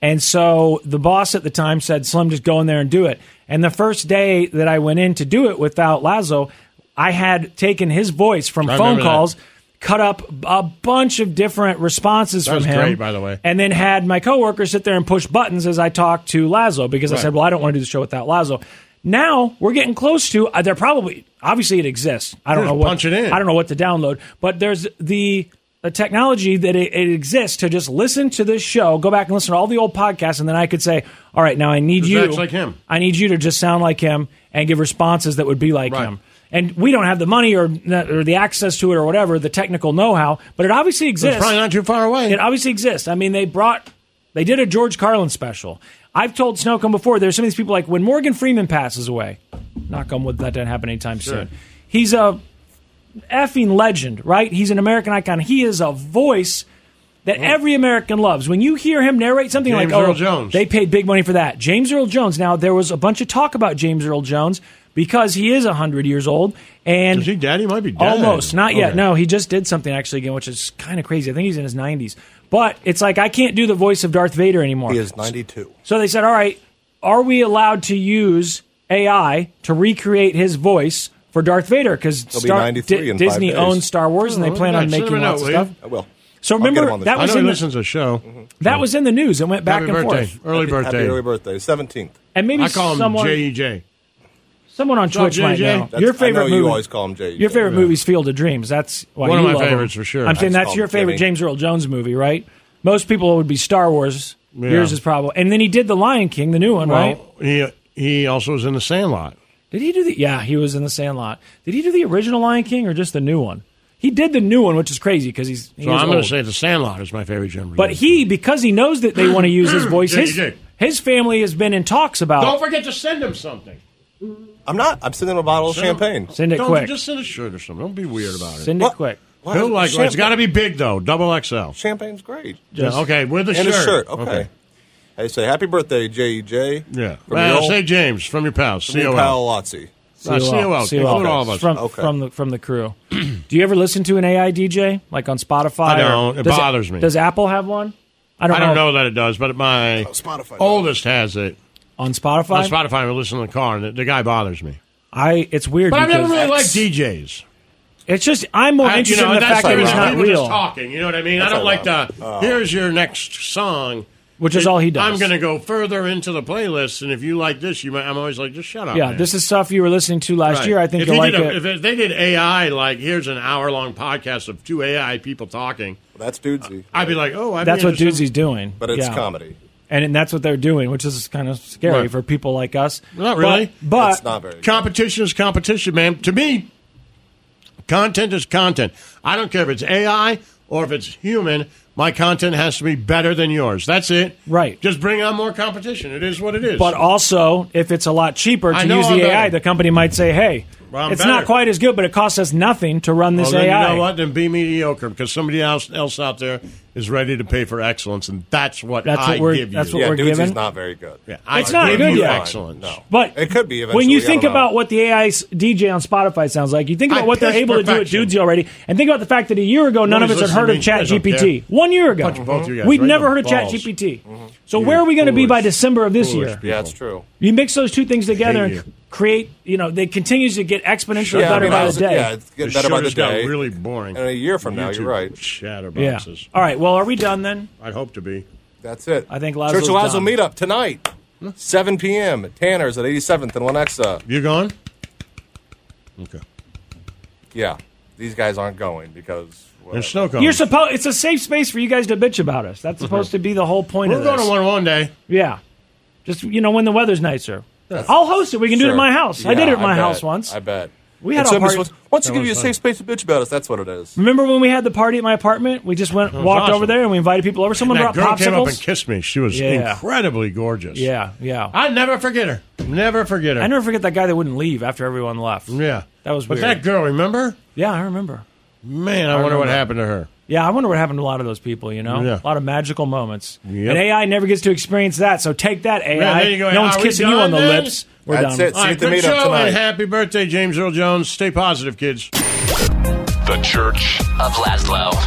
S2: And so the boss at the time said, Slim, just go in there and do it. And the first day that I went in to do it without Lazo, I had taken his voice from
S1: I
S2: phone
S1: remember that.
S2: calls, cut up a bunch of different responses
S1: That
S2: from
S1: was
S2: him.
S1: great, by the way.
S2: And then had my coworker sit there and push buttons as I talked to Lazo because I
S1: Right.
S2: said, well, I don't want to do the show without Lazo. Now we're getting close to, uh, they're probably, obviously it exists. I don't
S1: Just
S2: know what,
S1: punch it in.
S2: I don't know what to download, but there's the, the technology that it, it exists to just listen to this show, go back and listen to all the old podcasts, and then I could say, all right, now I need
S1: Just
S2: you.
S1: act like him.
S2: I need you to just sound like him and give responses that would be like him. And we don't have the money or, or the access to it or whatever, the technical know how, but it obviously exists.
S1: probably not too far away.
S2: It obviously exists. I mean, they brought, they did a George Carlin special. I've told Snowcomb before, there's some of these people like when Morgan Freeman passes away, knock on wood, that didn't happen anytime
S1: Sure.
S2: soon. He's a effing legend, right? He's an American icon. He is a voice that every American loves. When you hear him narrate something
S1: Mm. James
S2: like, "Oh,
S1: Earl Jones."
S2: they paid big money for that," James Earl Jones. Now there was a bunch of talk about James Earl Jones because he is hundred years old, and is he
S1: dead? He might be dead.
S2: almost not yet.
S1: Okay.
S2: No, he just did something actually again, which is kind of crazy. I think he's in his nineties. But it's like I can't do the voice of Darth Vader anymore.
S4: He is 92.
S2: So they said, all right, are we allowed to use AI to recreate his voice for Darth Vader? Because
S4: He'll be 93 in five
S2: Disney
S4: days.
S2: owns Star Wars
S1: Oh,
S2: and they plan on making lots of stuff.
S4: I will.
S2: So
S4: I'll get
S2: remember,
S4: him on the
S2: that
S4: show.
S2: was
S4: I know
S2: in
S4: he
S2: the-
S4: listens
S1: to the show.
S2: That was in the news and went back
S1: Happy
S2: and
S1: birthday.
S2: forth.
S1: Early
S4: Happy-
S1: birthday.
S4: Happy early birthday. 17th.
S2: And maybe
S1: I call him E
S2: someone-
S1: JJ.
S2: Someone on
S1: What's up,
S2: Twitch might
S1: JJ?
S2: know.
S1: That's-
S2: your
S1: I
S2: favorite
S1: know you
S2: movie.
S1: always call him JJ.
S2: Your favorite
S1: Yeah.
S2: movie's Field of Dreams. That's why
S1: One of
S2: you
S1: my
S2: love him.
S1: favorites for sure.
S2: I'm saying
S1: I just
S2: that's
S1: call
S2: your
S1: him
S2: favorite
S1: Jimmy.
S2: James Earl Jones movie, right? Most people would be Star Wars.
S1: Yeah.
S2: Yours is probably, and then he did The Lion King, the new one,
S1: Well,
S2: right?
S1: He he also was in the Sandlot.
S2: Did he do the? Yeah, he was in the Sandlot. Did he do the original Lion King or just the new one? He did the new one, which is crazy because he's. he
S1: So
S2: is
S1: I'm going
S2: old.
S1: to say the Sandlot is my favorite Jim.
S2: But he, because he knows that they want to use his voice, his,
S1: JJ.
S2: his family has been in talks about.
S1: Don't forget to send him something.
S4: I'm not. I'm sending him a bottle of
S1: Send him-
S4: champagne.
S2: Send it
S1: Don't
S2: quick.
S1: Just send a shirt or something. Don't be weird about it.
S2: Send it quick.
S4: Why
S1: He'll
S4: is-
S1: like,
S4: champagne-
S1: it's got to be big though, double XL.
S4: Champagne's great.
S1: Yeah, okay, with the
S4: and
S1: shirt.
S4: a shirt. Okay.
S1: Okay.
S4: Hey, say happy birthday, J.E.J.
S1: Yeah.
S4: From
S1: Well,
S4: your
S1: say James from your pals.
S4: From your
S1: COL.
S4: pal Lotzi.
S1: Uh, COL. Include all of us.
S2: From, from the from the crew. Do you ever listen to an AI DJ like on Spotify?
S1: I
S2: or-
S1: don't. It
S2: does
S1: bothers me.
S2: Does Apple have one? I don't. know.
S1: that it does, but
S4: Oh,
S1: my oldest has it
S2: on Spotify.
S1: On Spotify, I listen in the car, and the, the guy bothers me.
S2: I. It's weird.
S1: But I've never
S2: because-
S1: really liked DJs.
S2: It's just I'm more
S1: I- you
S2: interested
S1: know,
S2: in the
S1: that's
S2: fact that
S1: like
S2: he's
S1: when
S2: not
S1: people
S2: real.
S1: Just talking, you know what I mean?
S2: That's
S1: I don't like
S2: what I
S1: the
S4: Oh.
S1: here's your next song,
S2: Which is all he does.
S1: I'm going to go further into the playlist, and if you like this, you might. I'm always like, just shut up.
S2: yeah,
S1: man.
S2: this is stuff you were listening to last
S1: Right.
S2: year. I think
S1: if
S2: you'll
S1: he
S2: like
S1: did a-
S2: it.
S1: If they did AI, like here's an hour long podcast of two AI people talking.
S4: that's dudesy.
S1: I'd be like, oh, I'd
S2: that's
S1: be
S2: what
S1: interested-
S2: Doozy's doing.
S4: But it's
S2: Yeah.
S4: comedy.
S2: And, and that's what they're doing, which is kind of scary
S1: Right.
S2: for people like us.
S1: Not really.
S2: But, but
S1: competition is competition, man. To me, content is content. I don't care if it's AI or if it's human. My content has to be better than yours. That's it. Right. Just bring on more competition. It is what it is.
S2: But also, if it's a lot cheaper
S1: I
S2: to
S1: know
S2: use the
S1: I'm
S2: AI,
S1: better.
S2: the company might say, "Hey,
S1: Well, I'm
S2: it's
S1: better.
S2: not quite as good, but it costs us nothing to run
S1: Well,
S2: this
S1: then
S2: AI."
S1: you know what? Then be mediocre because somebody else else out there is ready to pay for excellence, and that's what
S2: That's
S1: I
S2: what we're-
S1: give you.
S2: that's what Yeah, we're
S4: Dudesy is not very good.
S1: Yeah, I
S2: It's not
S1: give
S2: good
S1: you
S2: yet.
S1: excellence.
S4: No.
S2: But
S4: it could be eventually.
S2: when you
S4: I
S2: think
S4: don't know.
S2: about what the AI s- DJ on Spotify sounds like, you think about
S4: I
S2: what they're
S4: piss
S2: able to do at Dudesy already, and think about the fact that a year ago, none
S1: Nobody's
S2: of us had
S1: listening
S2: heard
S1: to
S2: of
S1: me. You guys don't
S2: ChatGPT.
S1: care.
S2: One year ago,
S1: Bunch of both you guys
S2: we'd
S1: right in
S2: never
S1: the
S2: heard of
S1: balls. Mm-hmm.
S2: ChatGPT. So where are we going to be by December of this
S1: Foolish
S2: year?
S4: Yeah, that's true.
S2: You mix those two things together
S1: you.
S2: and c- create. You know, they continues to get exponentially
S4: Yeah, I
S2: better
S4: mean, I
S2: by
S4: was-
S2: the day.
S4: yeah, it's getting better by the day.
S1: really boring.
S4: And a year from now, you're
S1: YouTube
S4: right.
S1: Chatterboxes.
S2: All right. Well, are we done then?
S1: I'd hope to be.
S4: That's it.
S2: I think
S4: Church
S2: Lazlo's
S4: of Lazo
S2: done.
S4: meetup tonight, 7 p.m. at Tanner's at 87th and Lenexa.
S1: You gone? Okay.
S4: Yeah, these guys aren't going because
S1: There's snow cones.
S2: You're supposed. It's a safe space for you guys to bitch about us. That's supposed to be the whole point
S1: We're
S2: of
S1: going
S2: this.
S1: to one one day.
S2: Yeah. Just you know, when the weather's nicer.
S4: That's-
S2: I'll host it. We can do it
S4: Sure.
S2: at my house. I
S4: Yeah,
S2: did it at my
S4: bet.
S2: house once.
S4: I bet.
S2: We had
S4: And
S2: a
S4: somebody
S2: party-
S4: was- Once you
S2: That
S4: give you a
S2: was
S4: safe space to bitch about us, that's what it is.
S2: Remember when we had the party at my apartment? We just went
S1: was
S2: walked
S1: awesome.
S2: over there and we invited people over. Someone
S1: And
S2: brought
S1: that girl
S2: popsicles.
S1: came up and kissed me. She was
S2: Yeah.
S1: incredibly gorgeous.
S2: Yeah, yeah.
S1: I never forget her. Never forget her.
S2: I never forget that guy that wouldn't leave after everyone left.
S1: Yeah,
S2: that was
S1: But
S2: weird.
S1: that girl, remember?
S2: Yeah, I remember.
S1: Man,
S2: I
S1: I, wonder what
S2: remember.
S1: happened to her.
S2: Yeah, I wonder what happened to a lot of those people. You know,
S1: Yeah.
S2: a lot of magical moments.
S1: Yep.
S2: And AI never gets to experience that. So take that AI.
S1: Yeah, there you go.
S2: No
S1: Are
S2: one's
S1: we
S2: kissing you
S1: done
S2: on the
S1: then?
S2: lips. We're
S4: That's
S2: done.
S4: it. See
S1: All
S4: you
S1: right,
S4: at the
S1: good
S4: meetup
S1: show
S4: tonight.
S1: and happy birthday, James Earl Jones. Stay positive, kids.
S8: The Church of Laszlo.